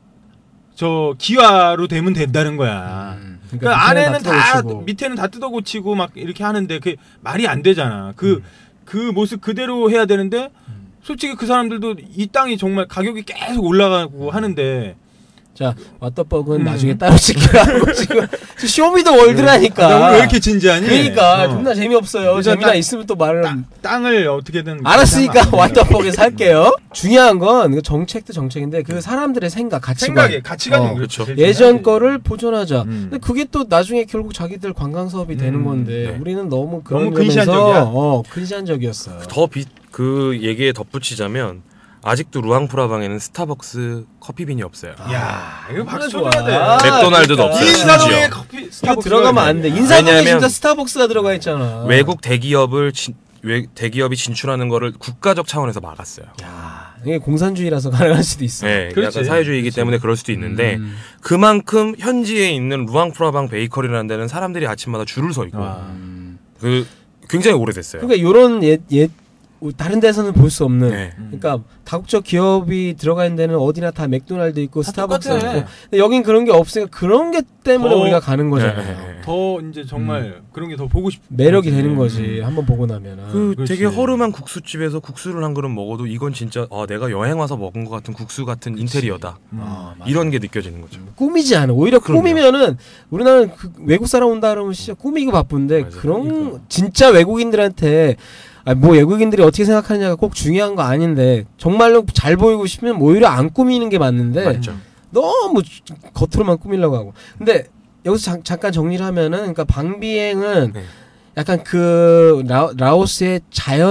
Speaker 3: 저 기와로 되면 된다는 거야.
Speaker 1: 음.
Speaker 3: 그러니까 안에는
Speaker 1: 밑에는
Speaker 3: 다,
Speaker 1: 뜯어고치고.
Speaker 3: 밑에는 다 뜯어 고치고 막 이렇게 하는데 그게 말이 안 되잖아. 그 그 모습 그대로 해야 되는데
Speaker 1: 음.
Speaker 3: 솔직히 그 사람들도 이 땅이 정말 가격이 계속 올라가고 하는데
Speaker 1: 자 왓더벅은
Speaker 3: 음.
Speaker 1: 나중에 따로 찍기라고 지금 쇼미더 월드라니까.
Speaker 3: 나 오늘 음. 아, 왜 이렇게 진지하니?
Speaker 1: 그러니까
Speaker 3: 어.
Speaker 1: 겁나 재미없어요.
Speaker 3: 일단
Speaker 1: 재미나
Speaker 3: 땅-
Speaker 1: 있으면 또 말을
Speaker 3: 땅- 땅을 어떻게든
Speaker 1: 알았으니까
Speaker 3: 하면 안 돼.
Speaker 1: 왓더벅에서 할게요. 중요한 건 그 정책도 정책인데 그 사람들의 생각, 가치관.
Speaker 3: 음. 생각에 가치관이
Speaker 1: 어.
Speaker 2: 그렇죠.
Speaker 3: 제일
Speaker 1: 예전
Speaker 3: 중요하지.
Speaker 1: 거를 보존하자.
Speaker 3: 음.
Speaker 1: 근데 그게 또 나중에 결국 자기들 관광 사업이 되는
Speaker 3: 음,
Speaker 1: 건데
Speaker 2: 네.
Speaker 1: 우리는 너무 그런
Speaker 3: 너무
Speaker 1: 거면서
Speaker 3: 근시안적이야.
Speaker 1: 어, 근시안적이었어요.
Speaker 2: 더그 얘기에 덧붙이자면 아직도 루앙프라방에는 스타벅스 커피빈이 없어요.
Speaker 3: 아. 야, 이거 박수
Speaker 1: 얼마나
Speaker 3: 쳐줘야 돼.
Speaker 1: 아, 좋아.
Speaker 2: 맥도날드도 없어요,
Speaker 3: 이
Speaker 2: 심지어.
Speaker 3: 인사동에 커피
Speaker 1: 이거
Speaker 3: 스타벅스
Speaker 1: 들어가면 안 돼. 인사동에
Speaker 2: 왜냐면-
Speaker 1: 진짜 스타벅스가 들어가 있잖아.
Speaker 2: 외국 대기업을 진, 외, 대기업이 진출하는 거를 국가적 차원에서 막았어요.
Speaker 1: 야, 이게 공산주의라서 가능할 수도 있어.
Speaker 2: 네,
Speaker 3: 그렇지.
Speaker 2: 약간 사회주의이기 때문에 그럴 수도 있는데
Speaker 1: 음.
Speaker 2: 그만큼 현지에 있는 루앙프라방 베이커리라는 데는 사람들이 아침마다 줄을 서 있고
Speaker 3: 와.
Speaker 2: 그 굉장히 오래됐어요.
Speaker 1: 그러니까 요런 옛, 옛 다른 데서는 볼 수 없는
Speaker 2: 네.
Speaker 3: 음.
Speaker 1: 그러니까 다국적 기업이 들어가 있는 데는 어디나 다 맥도날드 있고
Speaker 3: 다
Speaker 1: 스타벅스
Speaker 3: 똑같아.
Speaker 1: 있고 근데 여긴 그런 게 없으니까 그런 게 때문에
Speaker 3: 더-
Speaker 1: 우리가 가는 거잖아요.
Speaker 2: 어? 네, 네, 네.
Speaker 3: 더 이제 정말 그런 게 더 보고 싶.
Speaker 1: 매력이 되는 거지. 한번 보고 나면은.
Speaker 2: 그
Speaker 3: 음. 아, 그렇지.
Speaker 2: 되게 허름한 국수집에서 국수를 한 그릇 먹어도 이건 진짜 아, 내가 여행 와서 먹은 것 같은 국수 같은 인테리어다
Speaker 3: 음.
Speaker 1: 아, 맞아.
Speaker 2: 이런 게 느껴지는 거죠.
Speaker 1: 꾸미지 않아. 오히려
Speaker 2: 그럼요.
Speaker 1: 꾸미면은 우리나라는 그 외국 사람 온다 그러면 진짜 꾸미기 바쁜데
Speaker 2: 맞아.
Speaker 1: 그런
Speaker 3: 그러니까.
Speaker 1: 진짜 외국인들한테 아, 뭐 외국인들이 어떻게 생각하느냐가 꼭 중요한 거 아닌데 정말로 잘 보이고 싶으면 오히려 안 꾸미는 게 맞는데
Speaker 2: 맞죠.
Speaker 3: 음.
Speaker 1: 너무 주- 겉으로만 꾸미려고 하고. 근데 여기서 잠- 잠깐 정리를 하면은 그러니까
Speaker 3: 음.
Speaker 1: 방비행은
Speaker 2: 네.
Speaker 1: 약간 그 라, 라오스의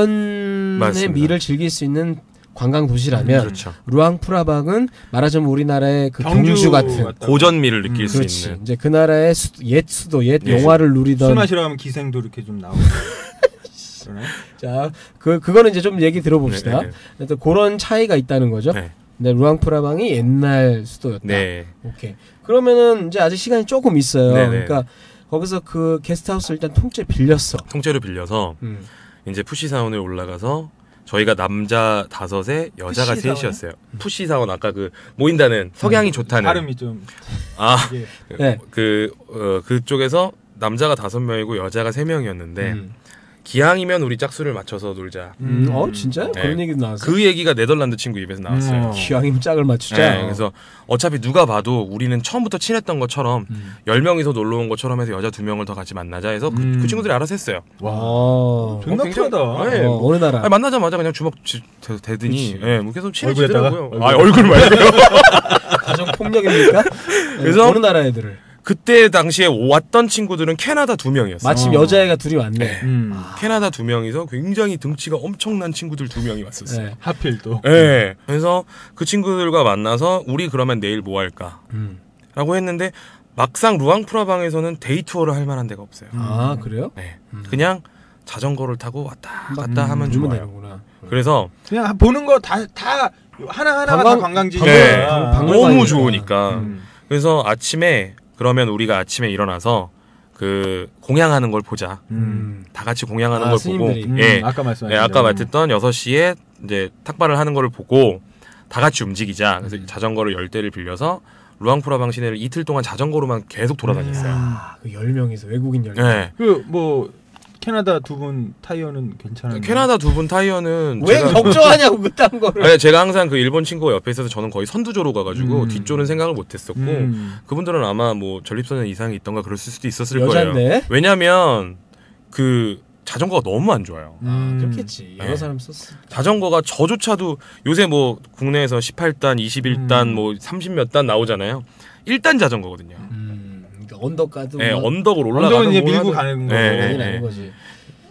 Speaker 1: 자연의
Speaker 2: 맞습니다.
Speaker 1: 미를 즐길 수 있는 관광 도시라면
Speaker 2: 그렇죠.
Speaker 1: 루앙프라방은 말하자면 우리나라의 그 경주, 같은
Speaker 3: 같다고.
Speaker 2: 고전미를 느낄 수
Speaker 1: 그렇지.
Speaker 2: 있는
Speaker 1: 이제 그 나라의 수, 옛 수도, 옛
Speaker 2: 예.
Speaker 1: 영화를
Speaker 3: 술
Speaker 1: 누리던
Speaker 3: 마시러 가면 기생도 이렇게 좀 나오고. 그러네.
Speaker 1: 자, 그 그거는 이제 좀 얘기 들어봅시다.
Speaker 2: 네, 네, 네.
Speaker 1: 일단 그런 차이가 있다는 거죠.
Speaker 2: 네.
Speaker 1: 근데 루앙프라방이 옛날 수도였다.
Speaker 2: 네.
Speaker 1: 오케이. 그러면은 이제 아직 시간이 조금 있어요.
Speaker 2: 네네.
Speaker 1: 그러니까 거기서 그 게스트하우스 일단 통째 빌렸어.
Speaker 2: 통째로 빌려서
Speaker 1: 음.
Speaker 2: 이제 푸시 사원에 올라가서 저희가 남자 다섯에 여자가
Speaker 3: 푸시 사원?
Speaker 2: 셋이었어요. 푸시 사원 아까 그 모인다는 석양이 좋다는
Speaker 3: 발음이 좀
Speaker 2: 아,
Speaker 3: 이게
Speaker 1: 네.
Speaker 2: 그 어, 그쪽에서 남자가 다섯 명이고 여자가 세 명이었는데
Speaker 1: 음.
Speaker 2: 기왕이면 우리 짝수를 맞춰서 놀자.
Speaker 1: 음. 어 진짜요?
Speaker 2: 네.
Speaker 1: 그런 얘기도 나왔어.
Speaker 2: 그 얘기가 네덜란드 친구 입에서 나왔어요.
Speaker 3: 음.
Speaker 1: 기왕이면 짝을 맞추자.
Speaker 2: 네, 그래서 어차피 누가 봐도 우리는 처음부터 친했던 것처럼
Speaker 1: 음.
Speaker 2: 열명이서 놀러 온 것처럼 해서 여자 두명을더 같이 만나자 해서 그,
Speaker 3: 음.
Speaker 2: 그 친구들이 알아서 했어요.
Speaker 3: 와.
Speaker 1: 어,
Speaker 3: 존나
Speaker 2: 어, 굉장히-
Speaker 3: 편하다.
Speaker 2: 네,
Speaker 1: 어,
Speaker 2: 뭐-
Speaker 1: 어느 나라?
Speaker 2: 아니, 만나자마자 그냥 주먹 지- 대- 대더니
Speaker 3: 그치.
Speaker 2: 예, 뭐 계속 친해지더라고요.
Speaker 3: 얼굴에다가?
Speaker 2: 아, 얼굴 말고요.
Speaker 1: 가정 폭력입니까? 그래서
Speaker 2: 그래서-
Speaker 1: 어느 나라 애들을
Speaker 2: 그때 당시에 왔던 친구들은 캐나다 두 명이었어요.
Speaker 1: 마침
Speaker 3: 어.
Speaker 1: 여자애가 둘이 왔네.
Speaker 2: 네.
Speaker 3: 음.
Speaker 2: 캐나다 두 명이서 굉장히 등치가 엄청난 친구들 두 명이 왔었어요.
Speaker 1: 네.
Speaker 3: 하필 또.
Speaker 2: 예. 그래서 그 친구들과 만나서 우리 그러면 내일 뭐 할까?
Speaker 1: 음.
Speaker 2: 라고 했는데 막상 루앙프라방에서는 데이 투어를 할 만한 데가 없어요.
Speaker 1: 아 그래요?
Speaker 2: 네.
Speaker 1: 음.
Speaker 2: 그냥 자전거를 타고 왔다
Speaker 1: 막-
Speaker 2: 갔다
Speaker 1: 놀면
Speaker 2: 하면 좋아요.
Speaker 1: 되는구나.
Speaker 2: 그래서
Speaker 3: 그냥 보는 거 다 다 하나 하나가
Speaker 1: 관광-
Speaker 3: 다 관광지니까. 아.
Speaker 1: 관-
Speaker 2: 네.
Speaker 1: 관- 박물관이니까.
Speaker 2: 너무 좋으니까.
Speaker 3: 음.
Speaker 2: 그래서 아침에 그러면 우리가 아침에 일어나서 그 공양하는 걸 보자.
Speaker 3: 음.
Speaker 2: 다 같이 공양하는
Speaker 1: 아,
Speaker 2: 걸
Speaker 1: 스님들이.
Speaker 2: 보고
Speaker 3: 음,
Speaker 2: 예.
Speaker 3: 아까 말씀.
Speaker 2: 예, 아까 말했던 6시에 이제 탁발을 하는 거를 보고 다 같이 움직이자.
Speaker 1: 음.
Speaker 2: 그래서 자전거를 열대를 빌려서 루앙프라방 시내를 이틀 동안 자전거로만 계속 돌아다녔어요.
Speaker 1: 야, 그열 명이서 외국인 열
Speaker 2: 예.
Speaker 1: 명.
Speaker 3: 음. 그뭐 캐나다 두 분 타이어는 괜찮은데.
Speaker 2: 캐나다 두 분 타이어는
Speaker 1: 음. 왜
Speaker 2: 제가
Speaker 1: 걱정하냐고 그딴 거를.
Speaker 2: 아니, 제가 항상 그 일본 친구가 옆에 있어서 저는 거의 선두조로 가가지고
Speaker 3: 음.
Speaker 2: 뒷조는 생각을 못했었고
Speaker 3: 음.
Speaker 2: 그분들은 아마 뭐 전립선에 이상이 있던가 그럴 수도 있었을 거예요.
Speaker 1: 여잔데.
Speaker 2: 왜냐하면 그 자전거가 너무 안 좋아요.
Speaker 3: 음.
Speaker 1: 아, 그렇겠지. 여러
Speaker 2: 네.
Speaker 1: 사람 썼어.
Speaker 2: 자전거가 저조차도 요새 뭐 국내에서 18단, 21단,
Speaker 3: 음.
Speaker 2: 뭐 30몇 단 나오잖아요. 1단 자전거거든요.
Speaker 1: 음, 그러니까 언덕 가도
Speaker 2: 예,
Speaker 1: 뭐
Speaker 2: 언덕을 올라가는
Speaker 3: 언덕은 이제 밀고 가는 거.
Speaker 2: 네,
Speaker 1: 당연히
Speaker 2: 네,
Speaker 1: 아닌
Speaker 2: 네.
Speaker 1: 거지.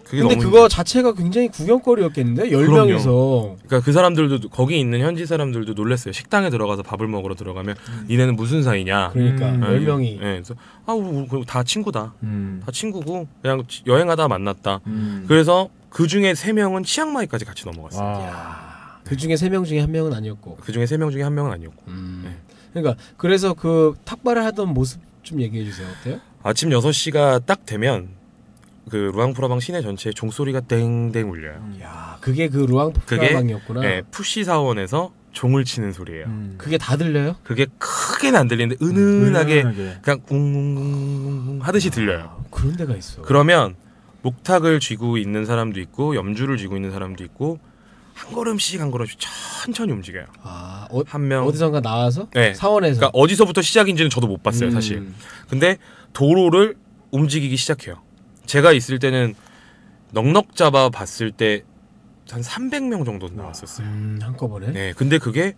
Speaker 2: 그게
Speaker 1: 근데
Speaker 2: 너무
Speaker 1: 그거
Speaker 2: 힘들어요.
Speaker 1: 자체가 굉장히 구경거리였겠는데 열
Speaker 2: 그럼요.
Speaker 1: 명이서
Speaker 2: 그러니까 그 사람들도 거기 있는 현지 사람들도 놀랐어요. 식당에 들어가서 밥을 먹으러 들어가면 니네는 무슨 사이냐.
Speaker 1: 그러니까
Speaker 3: 음.
Speaker 1: 음. 열
Speaker 2: 예,
Speaker 1: 명이
Speaker 2: 예, 그래서 아우다 친구다.
Speaker 3: 음.
Speaker 2: 다 친구고 그냥 여행하다 만났다.
Speaker 3: 음.
Speaker 2: 그래서 그 중에 세 명은 치앙마이까지 같이 넘어갔어요.
Speaker 3: 와.
Speaker 1: 그 중에 세 명 중에 한 명은 아니었고.
Speaker 2: 그 중에 세 명 중에 한 명은 아니었고.
Speaker 1: 음.
Speaker 2: 네.
Speaker 1: 그러니까 그래서 그 탁발을 하던 모습 좀 얘기해 주세요. 어때요?
Speaker 2: 아침 6시가 딱 되면 그 루앙프라방 시내 전체에 종소리가 땡땡 울려요.
Speaker 1: 야, 그게 그 루앙
Speaker 2: 그게-
Speaker 1: 프라방이었구나.
Speaker 2: 네, 푸시 사원에서 종을 치는 소리예요.
Speaker 3: 음.
Speaker 1: 그게 다 들려요?
Speaker 2: 그게 크게는 안 들리는데 은은하게
Speaker 3: 은은하게.
Speaker 2: 그냥 웅웅웅웅 하듯이 들려요.
Speaker 1: 그런 데가
Speaker 3: 아.
Speaker 1: 있어.
Speaker 2: 네. 그러면 목탁을 쥐고 있는 사람도 있고 염주를 쥐고 있는 사람도 있고 한 걸음씩 한 걸음씩 천천히 움직여요.
Speaker 1: 아, 어,
Speaker 2: 한 명.
Speaker 1: 어디선가 나와서
Speaker 2: 네.
Speaker 1: 사원에서
Speaker 2: 그러니까 어디서부터 시작인지는 저도 못 봤어요, 사실.
Speaker 1: 음.
Speaker 2: 근데 도로를 움직이기 시작해요. 제가 있을 때는 넉넉 잡아 봤을 때 한 300명 정도 나왔었어요.
Speaker 1: 음, 한꺼번에.
Speaker 2: 네, 근데 그게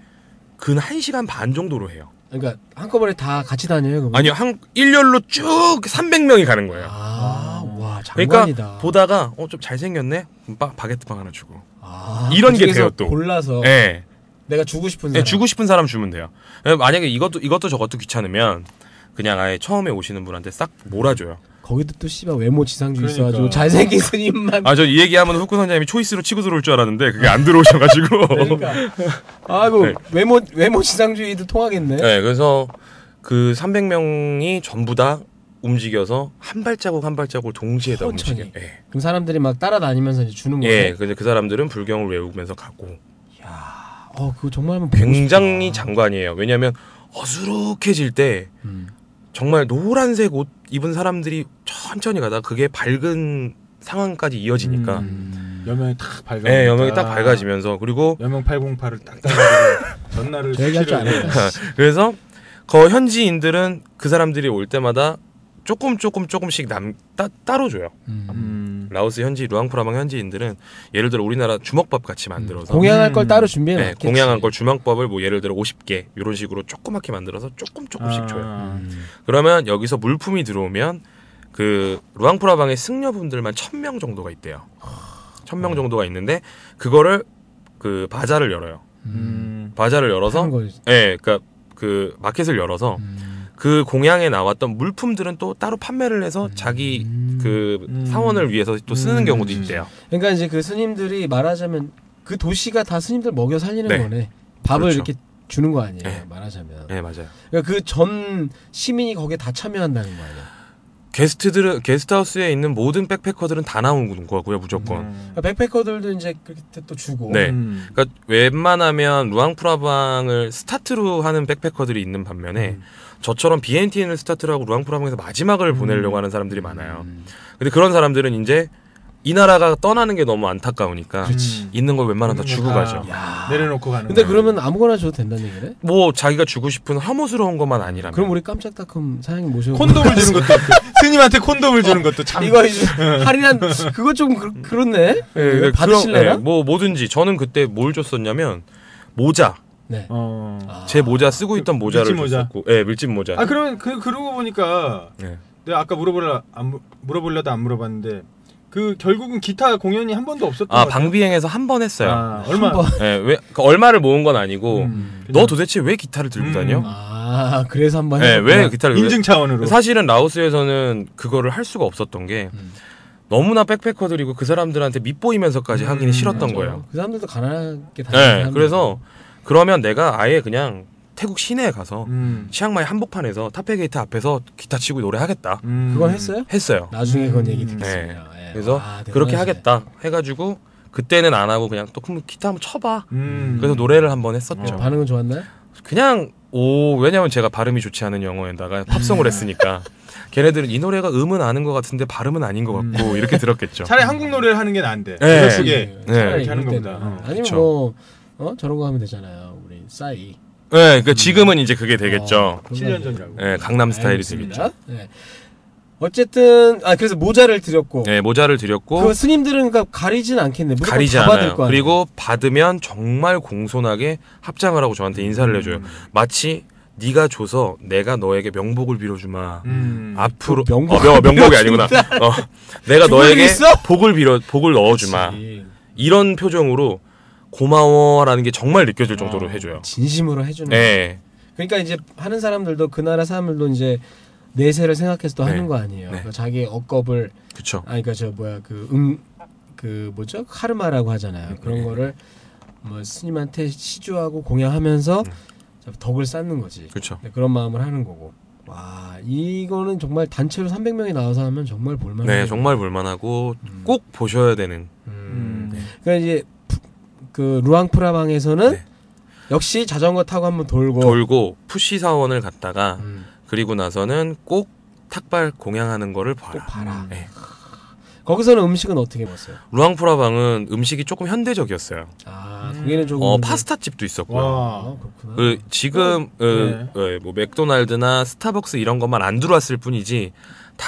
Speaker 2: 근 1시간 반 정도로 해요.
Speaker 1: 그러니까 한꺼번에 다 같이 다녀요, 그러면?
Speaker 2: 아니요, 한 일렬로 쭉 300명이 가는 거예요.
Speaker 1: 아, 와, 장관이다.
Speaker 2: 그러니까 보다가 어 좀 잘생겼네. 그럼 바, 바게트빵 하나 주고.
Speaker 1: 아,
Speaker 2: 이런 게
Speaker 1: 그중에서
Speaker 2: 돼요, 또.
Speaker 1: 골라서
Speaker 2: 예.
Speaker 1: 내가 주고 싶은
Speaker 2: 네,
Speaker 1: 사람.
Speaker 2: 주고 싶은 사람 주면 돼요. 예, 만약에 이것도 이것도 저것도 귀찮으면 그냥 아예 처음에 오시는 분한테 싹 몰아줘요.
Speaker 1: 거기도 또 씨발 외모 지상주의
Speaker 3: 그러니까.
Speaker 1: 있어가지고 잘생긴 스님만
Speaker 2: 아 저 이 얘기하면 후쿠 선장님이 초이스로 치고 들어올 줄 알았는데 그게 안 들어오셔가지고.
Speaker 1: 그러니까 아이고
Speaker 2: 네.
Speaker 1: 외모 외모 지상주의도 통하겠네.
Speaker 2: 네, 그래서 그 300명이 전부 다 움직여서 한 발자국 한 발자국을 동시에 다
Speaker 1: 천천히. 네.
Speaker 2: 움직여. 예.
Speaker 1: 그럼 사람들이 막 따라다니면서 이제 주는 거예요.
Speaker 2: 예, 근데 그 사람들은 불경을 외우면서 가고
Speaker 1: 야, 어 그거 정말 한번 보고
Speaker 2: 예. 굉장히
Speaker 1: 싶다.
Speaker 2: 장관이에요. 왜냐하면 어수룩해질 때
Speaker 1: 음.
Speaker 2: 정말 노란색 옷 입은 사람들이 천천히 가다 그게 밝은 상황까지 이어지니까
Speaker 1: 음.
Speaker 2: 음.
Speaker 3: 여명이 탁 밝아.
Speaker 2: 예, 여명이
Speaker 1: 그러니까.
Speaker 2: 딱 밝아지면서 그리고
Speaker 3: 여명 808을 딱 따가지고 전날을
Speaker 1: 저 얘기할 줄
Speaker 3: 수시로
Speaker 1: 알았다.
Speaker 2: 그래서 거 현지인들은 그 사람들이 올 때마다 조금 조금 조금씩 남 따, 따로 줘요.
Speaker 1: 음.
Speaker 3: 음.
Speaker 2: 라오스 현지 루앙프라방 현지인들은 예를 들어 우리나라 주먹밥 같이 만들어서
Speaker 1: 공양할 걸
Speaker 3: 음.
Speaker 1: 따로 준비해
Speaker 2: 네,
Speaker 1: 놨겠지.
Speaker 2: 공양한 걸 주먹밥을 뭐 예를 들어 50개 이런 식으로 조그맣게 만들어서 조금 조금씩
Speaker 3: 아.
Speaker 2: 줘요.
Speaker 1: 음.
Speaker 2: 그러면 여기서 물품이 들어오면 그 루앙프라방의 승려분들만 1000명 정도가 있대요.
Speaker 1: 어.
Speaker 2: 1000명 정도가 있는데 그거를 그 바자를 열어요.
Speaker 1: 음.
Speaker 3: 음.
Speaker 2: 바자를 열어서
Speaker 1: 하는 거지.
Speaker 2: 예, 그러니까 그 마켓을 열어서
Speaker 1: 음.
Speaker 2: 그 공양에 나왔던 물품들은 또 따로 판매를 해서 자기
Speaker 1: 음.
Speaker 2: 그
Speaker 3: 음.
Speaker 2: 사원을 위해서 또 쓰는
Speaker 3: 음.
Speaker 2: 경우도 있대요.
Speaker 1: 그러니까 이제 그 스님들이 말하자면 그 도시가 다 스님들 먹여 살리는
Speaker 2: 네.
Speaker 1: 거네. 밥을
Speaker 2: 그렇죠.
Speaker 1: 이렇게 주는 거 아니에요.
Speaker 2: 네.
Speaker 1: 말하자면.
Speaker 2: 네, 맞아요.
Speaker 1: 그러니까 그 전 시민이 거기에 다 참여한다는 거 아니야.
Speaker 2: 게스트들은 게스트하우스에 있는 모든 백패커들은 다 나오는 거고요, 무조건.
Speaker 3: 음.
Speaker 1: 그러니까 백패커들도 이제 그렇게 또 주고.
Speaker 2: 뭐. 네.
Speaker 3: 음.
Speaker 2: 그러니까 웬만하면 루앙프라방을 스타트로 하는 백패커들이 있는 반면에
Speaker 3: 음.
Speaker 2: 저처럼 BNTN을 스타트로 하고 루앙프라방에서 마지막을 보내려고 하는 사람들이 많아요.
Speaker 1: 음.
Speaker 2: 근데 그런 사람들은 이제 이 나라가 떠나는 게 너무 안타까우니까
Speaker 3: 그렇지. 그러니까.
Speaker 2: 있는 걸 웬만하면 다
Speaker 3: 있는
Speaker 2: 주고
Speaker 3: 거 다.
Speaker 2: 가죠.
Speaker 1: 야.
Speaker 3: 내려놓고 가는.
Speaker 1: 근데
Speaker 3: 거야.
Speaker 1: 그러면 아무거나 줘도 된다는 얘기네.
Speaker 2: 뭐 자기가 주고 싶은 허무스러운 것만 아니라면 네.
Speaker 1: 그럼 우리 깜짝닷컴 사장님 모셔
Speaker 3: 콘돔을 주는 것도 있고. 스님한테 콘돔을 주는 것도 참.
Speaker 1: 이거 이제 할인한 그거 좀 그, 그렇네.
Speaker 2: 예,
Speaker 1: 받으실래나?
Speaker 2: 그럼, 예, 뭐 뭐든지 저는 그때 뭘 줬었냐면 모자
Speaker 1: 네.
Speaker 3: 어.
Speaker 1: 아.
Speaker 2: 제 모자 쓰고 있던 모자를
Speaker 3: 그 밀짚 모자.
Speaker 2: 줬었고 예 밀짚 모자
Speaker 3: 아 그러면 그 그러고 보니까
Speaker 2: 예.
Speaker 3: 내가 아까 물어보려 안 물- 물어보려다 안 물어봤는데 그 결국은 기타 공연이 한 번도 없었던
Speaker 2: 아
Speaker 3: 것 같아요.
Speaker 2: 방비행에서 한 번 했어요
Speaker 3: 아, 얼마?
Speaker 1: 한 번.
Speaker 2: 예, 왜, 그 얼마를 모은 건 아니고
Speaker 3: 음,
Speaker 2: 너 도대체 왜 기타를 들고
Speaker 3: 음.
Speaker 2: 다녀?
Speaker 1: 아, 그래서 한번
Speaker 2: 예,
Speaker 1: 해봤구나.
Speaker 2: 왜 기타를
Speaker 3: 인증 차원으로.
Speaker 2: 사실은 라오스에서는 그거를 할 수가 없었던 게
Speaker 1: 음.
Speaker 2: 너무나 백패커들이고 그 사람들한테 밑보이면서까지
Speaker 3: 음,
Speaker 2: 하기는 싫었던
Speaker 1: 맞아.
Speaker 2: 거예요.
Speaker 1: 그 사람들도 가난하게
Speaker 2: 예,
Speaker 1: 다니는
Speaker 2: 그래서 그러면 내가 아예 그냥 태국 시내에 가서
Speaker 3: 음.
Speaker 2: 치앙마이 한복판에서 타페게이트 앞에서 기타 치고 노래하겠다
Speaker 3: 음.
Speaker 1: 그건 했어요?
Speaker 2: 했어요.
Speaker 1: 나중에 그건
Speaker 3: 음.
Speaker 1: 얘기 듣겠습니다. 예.
Speaker 2: 그래서
Speaker 1: 아, 대단하시네.
Speaker 2: 그렇게 하겠다 해가지고 그때는 안 하고 그냥 또 그럼 기타 한번 쳐봐.
Speaker 3: 음.
Speaker 2: 그래서 노래를 한번 했었죠. 네.
Speaker 1: 어, 반응은 좋았나요?
Speaker 2: 그냥 오 왜냐면 제가 발음이 좋지 않은 영어에다가
Speaker 1: 음.
Speaker 2: 팝송을 했으니까 걔네들은 이 노래가 음은 아는 것 같은데 발음은 아닌 것 같고 이렇게 들었겠죠.
Speaker 3: 차라리 한국 노래를 하는 게 나은데.
Speaker 2: 네.
Speaker 3: 예쁘게.
Speaker 1: 예,
Speaker 2: 네.
Speaker 1: 차라리
Speaker 3: 이렇게 하는
Speaker 1: 이럴 때는.
Speaker 3: 겁니다. 어,
Speaker 1: 아니면
Speaker 2: 그쵸.
Speaker 1: 뭐 어? 저런 거 하면 되잖아요. 우리 싸이.
Speaker 2: 네, 그 지금은 이제 그게 되겠죠.
Speaker 1: 어, 그런
Speaker 3: 7년
Speaker 1: 거
Speaker 3: 전이라고.
Speaker 2: 예, 강남 스타일이
Speaker 1: 알겠습니다.
Speaker 2: 되겠죠.
Speaker 1: 네. 어쨌든 아 그래서 모자를 드렸고
Speaker 2: 예, 모자를
Speaker 1: 그
Speaker 2: 드렸고
Speaker 1: 스님들은 그러니까 가리진 않겠네. 무조건
Speaker 2: 가리지
Speaker 1: 다 받을
Speaker 2: 않아요.
Speaker 1: 거 아니에요.
Speaker 2: 그리고 받으면 정말 공손하게 합장을 하고
Speaker 1: 음.
Speaker 2: 저한테 인사를 해줘요.
Speaker 3: 음.
Speaker 2: 마치 네가 줘서 내가 너에게 명복을 빌어주마.
Speaker 3: 음.
Speaker 2: 앞으로
Speaker 1: 그 명곡.
Speaker 2: 어, 명, 명곡이 아니구나. 어,
Speaker 1: 죽을
Speaker 2: 내가
Speaker 1: 일
Speaker 2: 너에게
Speaker 1: 있어?
Speaker 2: 복을 빌어 복을 넣어주마. 이런 표정으로 고마워라는 게 정말 느껴질 정도로
Speaker 3: 어,
Speaker 2: 해줘요.
Speaker 1: 진심으로 해주는.
Speaker 2: 네,
Speaker 1: 그러니까 이제 하는 사람들도 그 나라 사람들도 이제 내세를 생각해서 또
Speaker 2: 네.
Speaker 1: 하는 거 아니에요.
Speaker 2: 네.
Speaker 1: 그러니까 자기 억겁을
Speaker 2: 그쵸.
Speaker 1: 아 그러니까 저 뭐야 그 응 그 뭐죠 카르마라고 하잖아요. 그런
Speaker 2: 네.
Speaker 1: 거를 뭐 스님한테 시주하고 공양하면서
Speaker 2: 네.
Speaker 1: 덕을 쌓는 거지.
Speaker 2: 그쵸.
Speaker 1: 네, 그런 마음을 하는 거고. 와 이거는 정말 단체로 300명이 나와서 하면 정말 볼만해.
Speaker 2: 네, 정말 볼만하고 꼭 보셔야 되는.
Speaker 1: 음. 그러니까 이제 푸- 그 루앙프라방에서는
Speaker 2: 네.
Speaker 1: 역시 자전거 타고 한번 돌고.
Speaker 2: 돌고 푸시 사원을 갔다가
Speaker 1: 음.
Speaker 2: 그리고 나서는 꼭 탁발 공양하는 거를
Speaker 1: 꼭
Speaker 2: 봐라.
Speaker 1: 봐라.
Speaker 2: 네.
Speaker 1: 음, 예. 거기서는 음식은 어떻게 먹었어요?
Speaker 2: 루앙프라방은 음식이 조금 현대적이었어요.
Speaker 1: 아, 거기는 조금
Speaker 2: 어, 파스타 집도 있었고요.
Speaker 3: 와.
Speaker 1: 아, 그렇구나.
Speaker 2: 그 지금 어,
Speaker 3: 네.
Speaker 2: 어, 뭐 맥도날드나 스타벅스 이런 것만 안 들어왔을 뿐이지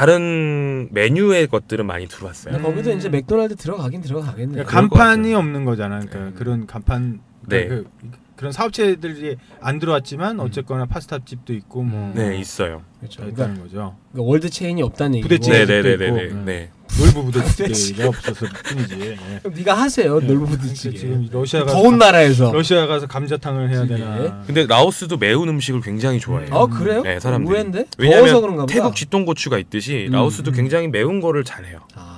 Speaker 2: 다른 메뉴의 것들은 많이 들어왔어요.
Speaker 1: 근데 거기도 이제 맥도날드 들어가긴 들어가겠네. 요
Speaker 3: 그러니까
Speaker 2: 감-
Speaker 3: 간판이 없는 거잖아. 그러니까
Speaker 1: 음.
Speaker 3: 그런 간판
Speaker 2: 네.
Speaker 3: 그, 런 사업체들이 안 들어왔지만 어쨌거나 파스타집도 있고
Speaker 1: 음.
Speaker 3: 뭐
Speaker 2: 네 있어요.
Speaker 1: 그렇죠. 그러니까,
Speaker 3: 있다는 거죠.
Speaker 1: 그러니까 월드 체인이 없다는 얘기고. 음. 네.
Speaker 3: 부대찌개. 집도
Speaker 2: 네네네네네.
Speaker 3: 있고.
Speaker 2: 네.
Speaker 3: 놀부 부대찌개가 없어서 뿐이지. 네.
Speaker 1: 그럼 네가 하세요. 놀부
Speaker 3: 그러니까
Speaker 1: 부대찌개.
Speaker 3: 지금 러시아 가서
Speaker 1: 더운 나라에서.
Speaker 3: 러시아 가서 감자탕을 해야
Speaker 1: 부대찌개.
Speaker 3: 되나?
Speaker 2: 근데 라오스도 매운 음식을 굉장히 좋아해요.
Speaker 1: 어 그래요?
Speaker 2: 네, 사람들이.
Speaker 1: 의외인데 더워서 그런가
Speaker 2: 왜냐하면
Speaker 1: 보다.
Speaker 2: 태국 쥐똥고추가 있듯이
Speaker 1: 음,
Speaker 2: 라오스도
Speaker 1: 음.
Speaker 2: 굉장히 매운 거를 잘해요.
Speaker 1: 아.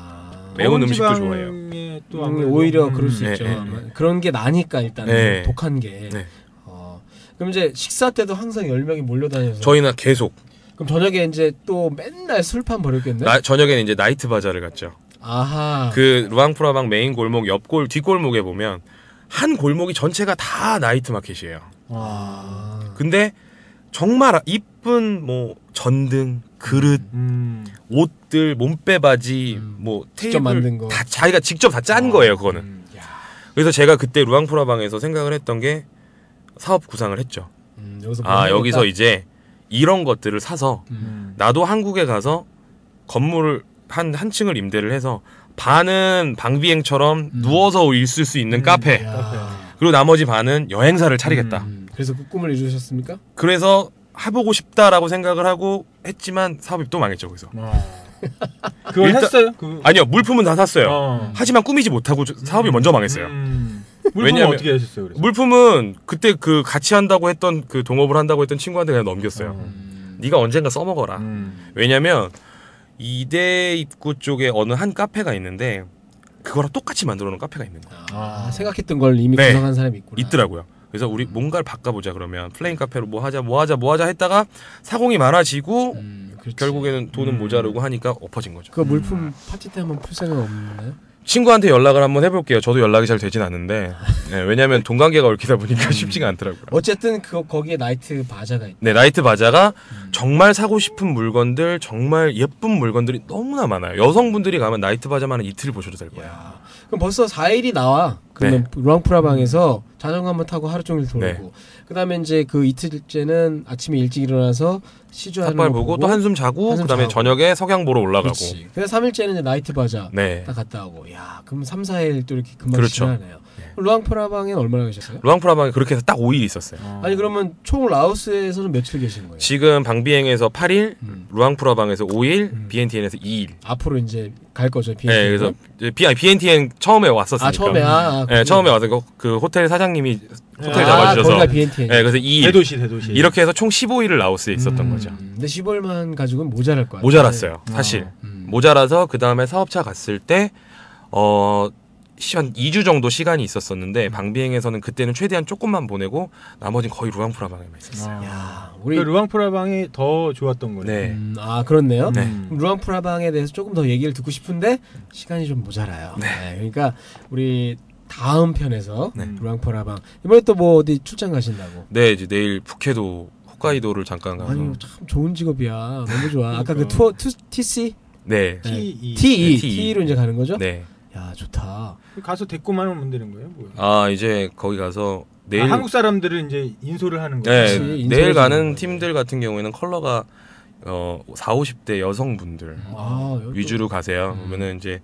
Speaker 2: 매운 음식도
Speaker 3: 지방에 네. 또
Speaker 1: 음,
Speaker 3: 아무래도-
Speaker 1: 오히려
Speaker 3: 음.
Speaker 1: 그럴 수
Speaker 2: 네,
Speaker 1: 있죠.
Speaker 2: 네,
Speaker 1: 아마. 그런 게 나니까 일단
Speaker 2: 네.
Speaker 1: 독한 게.
Speaker 2: 네.
Speaker 1: 어. 그럼 이제 식사 때도 항상 열 명이 몰려다녀서.
Speaker 2: 저희는 계속
Speaker 1: 그럼 저녁에 이제 또 맨날 술판 벌였겠네.
Speaker 2: 나- 저녁에는 이제 나이트 바자를 갔죠.
Speaker 1: 아하.
Speaker 2: 그 루앙프라방 메인 골목 옆골 뒷골목에 보면 한 골목이 전체가 다 나이트 마켓이에요.
Speaker 1: 아.
Speaker 2: 근데 정말 이쁜 뭐 전등, 그릇,
Speaker 3: 음.
Speaker 2: 옷들, 몸빼바지,
Speaker 1: 음.
Speaker 2: 뭐
Speaker 1: 직접
Speaker 2: 테이블
Speaker 1: 만든 거. 아.
Speaker 2: 다 자기가 직접 다 짠 거예요, 그거는.
Speaker 3: 음.
Speaker 2: 그래서 제가 그때 루앙프라방에서 생각을 했던 게 사업 구상을 했죠.
Speaker 1: 음, 여기서 뭐
Speaker 2: 아,
Speaker 1: 해야겠다.
Speaker 2: 여기서 이제 이런 것들을 사서
Speaker 1: 음.
Speaker 2: 나도 한국에 가서 건물을 한, 한 층을 임대를 해서 반은 방비행처럼
Speaker 1: 음.
Speaker 2: 누워서 있을 수 있는
Speaker 3: 음,
Speaker 2: 카페
Speaker 1: 야.
Speaker 2: 그리고 나머지 반은 여행사를 차리겠다.
Speaker 1: 음, 그래서 그 꿈을 이루셨습니까?
Speaker 2: 그래서 해보고 싶다라고 생각을 하고 했지만 사업이 또 망했죠, 거기서.
Speaker 3: 아. 그걸
Speaker 2: 일단-
Speaker 3: 했어요? 그...
Speaker 2: 아니요 물품은 다 샀어요
Speaker 3: 어.
Speaker 2: 하지만 꾸미지 못하고 저- 사업이 먼저 망했어요
Speaker 3: 음. 물품은
Speaker 2: 왜냐면-
Speaker 3: 어떻게 하셨어요? 그래서?
Speaker 2: 물품은 그때 그 같이 한다고 했던 그 동업을 한다고 했던 친구한테 그냥 넘겼어요
Speaker 1: 음.
Speaker 2: 아. 네가 언젠가 써먹어라
Speaker 3: 음.
Speaker 2: 왜냐면 이대 입구 쪽에 어느 한 카페가 있는데 그거랑 똑같이 만들어 놓은 카페가 있는 거야
Speaker 1: 아,
Speaker 3: 아.
Speaker 1: 생각했던 걸 이미
Speaker 2: 네.
Speaker 1: 구성한 사람이 있구나.
Speaker 2: 있더라고요 그래서 우리 뭔가를 바꿔보자 그러면 플레인 카페로 뭐 하자 뭐 하자 뭐 하자 했다가 사공이 많아지고
Speaker 1: 음, 그렇지.
Speaker 2: 결국에는 음. 돈은
Speaker 3: 음.
Speaker 2: 모자르고 하니까 엎어진 거죠
Speaker 1: 그 물품 파티 때 한번 풀 생각 없나요?
Speaker 2: 친구한테 연락을 한번 해볼게요 저도 연락이 잘 되진 않는데 네, 왜냐면 돈 관계가 얽히다 보니까
Speaker 1: 음.
Speaker 2: 쉽지가 않더라고요
Speaker 1: 어쨌든 그 거기에 나이트 바자가 있.
Speaker 2: 네, 나이트 바자가
Speaker 1: 음.
Speaker 2: 정말 사고 싶은 물건들, 정말 예쁜 물건들이 너무나 많아요. 여성분들이 가면 나이트 바자만 은 이틀 보셔도 될 거예요.
Speaker 1: 야, 그럼 벌써 4일이 나와. 그러면
Speaker 2: 네.
Speaker 1: 루앙프라방에서 자전거 한번 타고 하루 종일 돌고, 그다음에 이제 그 이틀째는 아침에 일찍 일어나서 시주하는
Speaker 2: 탁발
Speaker 1: 거
Speaker 2: 보고 또 한숨 자고
Speaker 1: 뭐, 한숨
Speaker 2: 그다음에
Speaker 1: 자고.
Speaker 2: 저녁에 석양 보러 올라가고.
Speaker 1: 그렇지. 그래서 3일째는 이제 나이트 바자
Speaker 2: 네.
Speaker 1: 딱 갔다 오고, 야, 그럼 3, 4일 또 이렇게 금방
Speaker 2: 그렇죠.
Speaker 1: 지나네요. 루앙프라방엔 얼마나 계셨어요?
Speaker 2: 루앙프라방에 그렇게 해서 딱 5일 있었어요.
Speaker 3: 어.
Speaker 1: 아니 그러면 총 라오스에서는 며칠 계신 거예요?
Speaker 2: 지금 방비행에서 8일,
Speaker 1: 음.
Speaker 2: 루앙프라방에서 5일,
Speaker 1: 음.
Speaker 2: BNTN에서 2일.
Speaker 1: 앞으로 이제 갈 거죠 비행기.
Speaker 2: 네, 그래서 이제 B- BNTN 처음에 왔었으니까.
Speaker 1: 아 처음에 아, 아
Speaker 2: 네, 처음에 와서 그, 그 호텔 사장님이 호텔
Speaker 3: 아,
Speaker 2: 잡아주셔서.
Speaker 1: 거기가 BNT.
Speaker 2: 네, 그래서 2일.
Speaker 3: 대도시 대도시
Speaker 2: 이렇게 해서 총 15일을 라오스에 있었던 거죠.
Speaker 1: 음, 근데 10월만 가지고는 모자랄 거야.
Speaker 2: 모자랐어요,
Speaker 3: 네.
Speaker 2: 사실.
Speaker 3: 어.
Speaker 1: 음.
Speaker 2: 모자라서 그 다음에 사업차 갔을 때 어. 시- 한 2주 정도 시간이 있었었는데 방비행에서는 그때는 최대한 조금만 보내고 나머지는 거의 루앙프라방에만 있었어요.
Speaker 3: 어.
Speaker 1: 야 우리
Speaker 3: 그러니까 루앙프라방이 더 좋았던 거네.
Speaker 2: 네.
Speaker 1: 음, 아 그렇네요.
Speaker 2: 네.
Speaker 1: 그럼 루앙프라방에 대해서 조금 더 얘기를 듣고 싶은데 시간이 좀 모자라요. 네. 그러니까 우리 다음 편에서
Speaker 2: 네.
Speaker 1: 루앙프라방 이번에 또 뭐 어디 출장 가신다고.
Speaker 2: 네, 이제 내일 북해도 홋카이도를 잠깐 가서
Speaker 1: 아니 참 좋은 직업이야. 너무 좋아. 아까 그
Speaker 3: 그러니까.
Speaker 1: 투어 투 TC
Speaker 2: 네.
Speaker 3: T2.
Speaker 1: TE
Speaker 2: 네, TE.
Speaker 1: E. TE로 이제 가는 거죠?
Speaker 2: 네.
Speaker 1: 야 좋다.
Speaker 3: 가서 데리고만 오면 되는 거예요? 뭐야?
Speaker 2: 아, 이제 거기 가서 내일
Speaker 3: 아, 한국 사람들을 이제 인솔을 하는 거예요.
Speaker 2: 네,
Speaker 1: 그치, 인사해 주는
Speaker 2: 내일 가는
Speaker 1: 거지.
Speaker 2: 팀들 같은 경우에는 컬러가 어, 4, 50대 여성분들
Speaker 1: 아, 여기 또-
Speaker 2: 위주로 가세요.
Speaker 1: 음.
Speaker 2: 그러면은 이제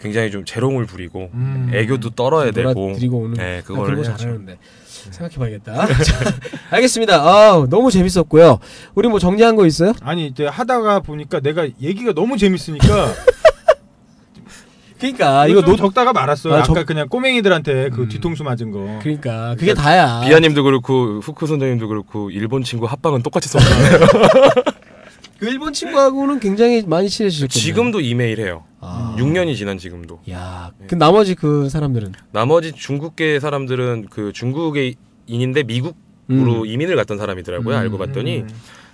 Speaker 2: 굉장히 좀 재롱을 부리고
Speaker 3: 음.
Speaker 2: 애교도 떨어야 되고
Speaker 1: 드리고 오는.
Speaker 2: 네,
Speaker 1: 아, 그런
Speaker 2: 그거를
Speaker 1: 거
Speaker 2: 해야죠. 네.
Speaker 1: 잘하는데 생각해봐야겠다. 자, 알겠습니다. 아 너무 재밌었고요. 우리 뭐 정리한 거 있어요?
Speaker 3: 아니 이제 하다가 보니까 내가 얘기가 너무 재밌으니까
Speaker 1: 그러니까 이거
Speaker 3: 좀
Speaker 1: 노
Speaker 3: 적다가 말았어요.
Speaker 1: 아,
Speaker 3: 아, 까
Speaker 1: 적-
Speaker 3: 그냥 꼬맹이들한테 그
Speaker 2: 음.
Speaker 3: 뒤통수 맞은 거.
Speaker 1: 그러니까 그게 다야.
Speaker 2: 네. 비아님도 그렇고 후크 선장님도 그렇고 일본 친구 합방은 똑같이 썼잖아요.
Speaker 1: 그 일본 친구하고는 굉장히 많이 친해지셨거든요.
Speaker 2: 지금도 이메일 해요.
Speaker 1: 아.
Speaker 2: 6년이 지난 지금도.
Speaker 1: 야, 그 나머지 그 사람들은
Speaker 2: 나머지 중국계 사람들은 그 중국의 인인데 미국으로
Speaker 1: 음.
Speaker 2: 이민을 갔던 사람이더라고요.
Speaker 1: 음.
Speaker 2: 알고 봤더니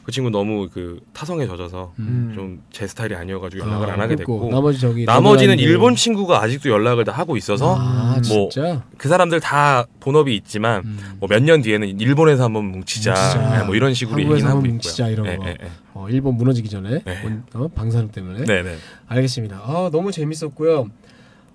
Speaker 2: 그 친구 너무 그 타성에 젖어서
Speaker 1: 음.
Speaker 2: 좀 제 스타일이 아니어가지고 연락을
Speaker 1: 아,
Speaker 2: 안 하게
Speaker 1: 그렇고,
Speaker 2: 됐고
Speaker 1: 나머지 저기
Speaker 2: 나머지는
Speaker 1: 남자라는
Speaker 2: 일본 친구가 아직도 연락을 다 하고 있어서
Speaker 1: 아,
Speaker 3: 뭐-
Speaker 1: 진짜.
Speaker 2: 그 사람들 다 본업이 있지만
Speaker 1: 음.
Speaker 2: 뭐 몇 년 뒤에는 일본에서 한번 뭉치자,
Speaker 1: 뭉치자.
Speaker 2: 네, 뭐 이런 식으로
Speaker 1: 한국에서
Speaker 2: 얘기는 하고
Speaker 1: 한번
Speaker 2: 있고요.
Speaker 1: 뭉치자 이런
Speaker 2: 네,
Speaker 1: 거.
Speaker 2: 네, 네.
Speaker 1: 어, 일본 무너지기 전에
Speaker 2: 네.
Speaker 1: 온- 어? 방사능 때문에.
Speaker 2: 네, 네.
Speaker 1: 알겠습니다. 아, 너무 재밌었고요.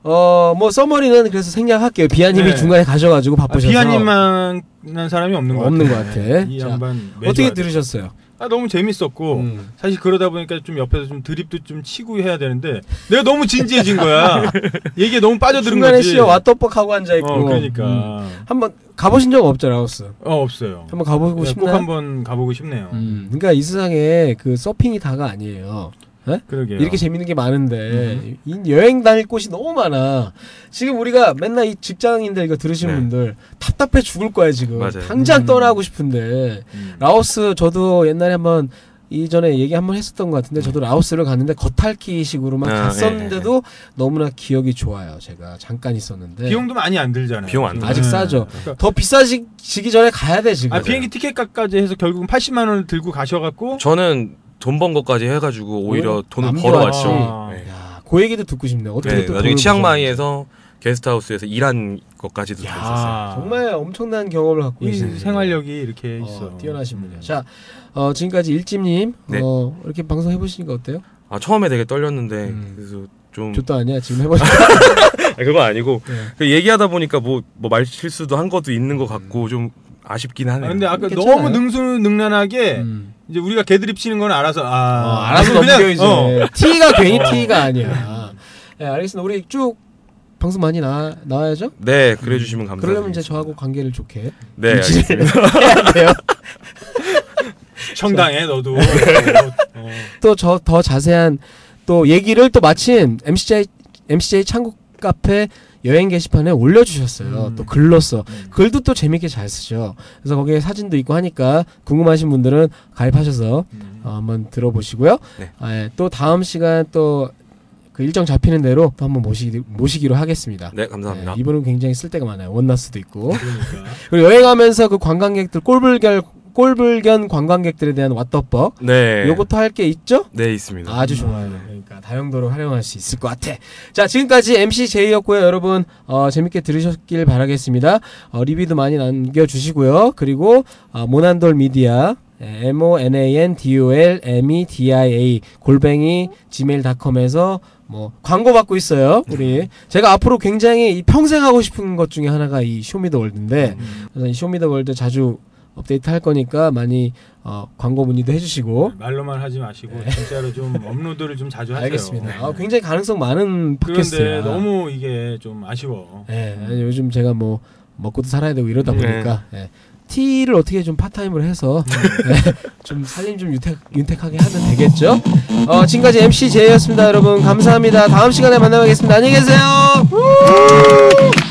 Speaker 1: 어, 뭐 서머리는 그래서 생략할게요. 비아님이
Speaker 3: 네.
Speaker 1: 중간에 가셔가지고
Speaker 3: 아,
Speaker 1: 바쁘셔서
Speaker 3: 비아님만 한 사람이 없는 것
Speaker 1: 없는
Speaker 3: 같아.
Speaker 1: 것 같아.
Speaker 3: 이
Speaker 1: 자,
Speaker 3: 양반 매주
Speaker 1: 어떻게
Speaker 3: 아주-
Speaker 1: 들으셨어요?
Speaker 3: 아 너무 재밌었고
Speaker 1: 음.
Speaker 3: 사실 그러다 보니까 좀 옆에서 좀 드립도 좀 치고 해야 되는데 내가 너무 진지해진 거야. 얘기에 너무 빠져드는
Speaker 1: 중간에
Speaker 3: 거지.
Speaker 1: 씨어 왓더벅 하고 앉아 있고.
Speaker 3: 어, 그러니까
Speaker 1: 음. 한번 가보신 적 없죠 라오스?
Speaker 3: 어 없어요.
Speaker 1: 한번 가보고
Speaker 3: 네, 꼭
Speaker 1: 싶나?
Speaker 3: 한번 가보고 싶네요.
Speaker 1: 음, 그러니까 이 세상에 그 서핑이 다가 아니에요.
Speaker 2: 예.
Speaker 3: 그러게요. 음.
Speaker 1: 이렇게 재밌는 게 많은데
Speaker 2: 음.
Speaker 1: 이 여행 다닐 곳이 너무 많아. 지금 우리가 맨날 이 직장인들 이거 들으시는
Speaker 2: 네.
Speaker 1: 분들 답답해 죽을 거야 지금.
Speaker 2: 맞아요.
Speaker 1: 당장
Speaker 3: 음.
Speaker 1: 떠나고 싶은데
Speaker 3: 음.
Speaker 1: 라오스 저도 옛날에 한번 이전에 얘기 한번 했었던 것 같은데 저도 라오스를 갔는데 겉핥기식으로만
Speaker 2: 음. 아,
Speaker 1: 갔었는데도 너무나 기억이 좋아요. 제가 잠깐 있었는데
Speaker 3: 비용도 많이 안 들잖아요.
Speaker 2: 비용 안 들어요.
Speaker 1: 네. 아직 싸죠.
Speaker 3: 그러니까
Speaker 1: 더 비싸지기 전에 가야 돼 지금.
Speaker 3: 아, 비행기 티켓값까지 해서 결국은 80만 원을 들고 가셔갖고
Speaker 2: 저는 돈 번 것까지 해가지고 오히려
Speaker 1: 오히려
Speaker 2: 돈을
Speaker 1: 남도
Speaker 2: 벌어왔죠.
Speaker 3: 하지.
Speaker 2: 네.
Speaker 1: 야, 그 얘기도 듣고 싶네요. 어떻게
Speaker 2: 네,
Speaker 1: 또
Speaker 2: 나중에
Speaker 1: 돈을
Speaker 2: 치앙마이에서 게스트하우스에서 일한 것까지도
Speaker 1: 야.
Speaker 2: 들었었어요.
Speaker 1: 버셨어요. 정말 엄청난 경험을 갖고
Speaker 3: 이
Speaker 1: 계시네요.
Speaker 3: 생활력이 이렇게 있어.
Speaker 1: 음.
Speaker 3: 음.
Speaker 1: 어, 뛰어나신 분이요. 자, 어, 지금까지 일집님
Speaker 2: 네.
Speaker 1: 어, 이렇게 방송 해보시니까 어때요?
Speaker 2: 아 처음에 되게 떨렸는데
Speaker 1: 음.
Speaker 2: 그래서 좀
Speaker 1: 좋다 아니야 지금 해보시.
Speaker 2: 아, 그거 아니고
Speaker 1: 네.
Speaker 2: 그 얘기하다 보니까 뭐 뭐 말실수도 한 것도 있는 것
Speaker 1: 음.
Speaker 2: 같고 좀 아쉽긴
Speaker 3: 아,
Speaker 2: 하네요.
Speaker 3: 근데 아까
Speaker 1: 괜찮아요.
Speaker 3: 너무 능수능란하게
Speaker 1: 음.
Speaker 3: 이제 우리가 개드립 치는 건 네. 알아서
Speaker 1: 어,
Speaker 3: 아
Speaker 1: 알아서 넘겨 이제.
Speaker 3: 어,
Speaker 1: T가 괜히
Speaker 3: 어.
Speaker 1: T가 아니야. 네, 알겠습니다. 우리 쭉 방송 많이 나 나와야죠.
Speaker 2: 네, 그래주시면 감사합니다.
Speaker 1: 음. 그러려면 이제 저하고 관계를 좋게
Speaker 2: 네,
Speaker 1: 유지를
Speaker 2: 알겠습니다.
Speaker 1: 해야 돼요. 네.
Speaker 3: 청당해 너도. 어, 어.
Speaker 1: 또 저 더 자세한 또 얘기를 또 마침 MCJ MCJ 창국 카페 여행 게시판에 올려주셨어요.
Speaker 3: 음.
Speaker 1: 또 글로써
Speaker 3: 음.
Speaker 1: 글도 또 재밌게 잘 쓰죠. 그래서 거기에 사진도 있고 하니까 궁금하신 분들은 가입하셔서
Speaker 3: 음.
Speaker 1: 어, 한번 들어보시고요.
Speaker 2: 네.
Speaker 1: 아, 예, 또 다음 시간 또 그 일정 잡히는 대로 또 한번 모시기, 모시기로 하겠습니다.
Speaker 2: 네, 감사합니다.
Speaker 1: 예, 이분은 굉장히 쓸데가 많아요. 원나스도 있고.
Speaker 3: 그러니까.
Speaker 1: 그리고 여행하면서 그 관광객들 꼴불견 꼴불견 관광객들에 대한 왓더벅
Speaker 2: 네,
Speaker 1: 요것도 할 게 있죠?
Speaker 2: 네 있습니다.
Speaker 1: 아주 좋아요. 그러니까 다용도로 활용할 수 있을 것 같아. 자, 지금까지 MC 제이였고요. 여러분 어, 재밌게 들으셨길 바라겠습니다. 어, 리뷰도 많이 남겨주시고요. 그리고 어, 모난돌 미디어 M O N A N D O L M E D I A 골뱅이 gmail.com에서 뭐 광고 받고 있어요. 우리 제가 앞으로 굉장히 이 평생 하고 싶은 것 중에 하나가 이 쇼미더월드인데 그래서 이 쇼미더월드 자주 업데이트 할 거니까 많이 어, 광고 문의도 해주시고
Speaker 3: 말로만 하지 마시고 진짜로 좀 업로드를 좀 자주 하세요.
Speaker 1: 네. 알겠습니다. 아, 굉장히 가능성 많은
Speaker 3: 네. 그런데
Speaker 1: 팟캐스트야.
Speaker 3: 너무 이게 좀 아쉬워.
Speaker 1: 예, 아니, 요즘 제가 뭐 먹고도 살아야 되고 이러다 보니까 예. 티를 어떻게 좀 파타임으로 해서 예, 좀 살림 좀 윤택, 윤택하게 하면 되겠죠. 어, 지금까지 MC 제이였습니다. 여러분 감사합니다. 다음 시간에 만나뵙겠습니다. 안녕히 계세요. 우!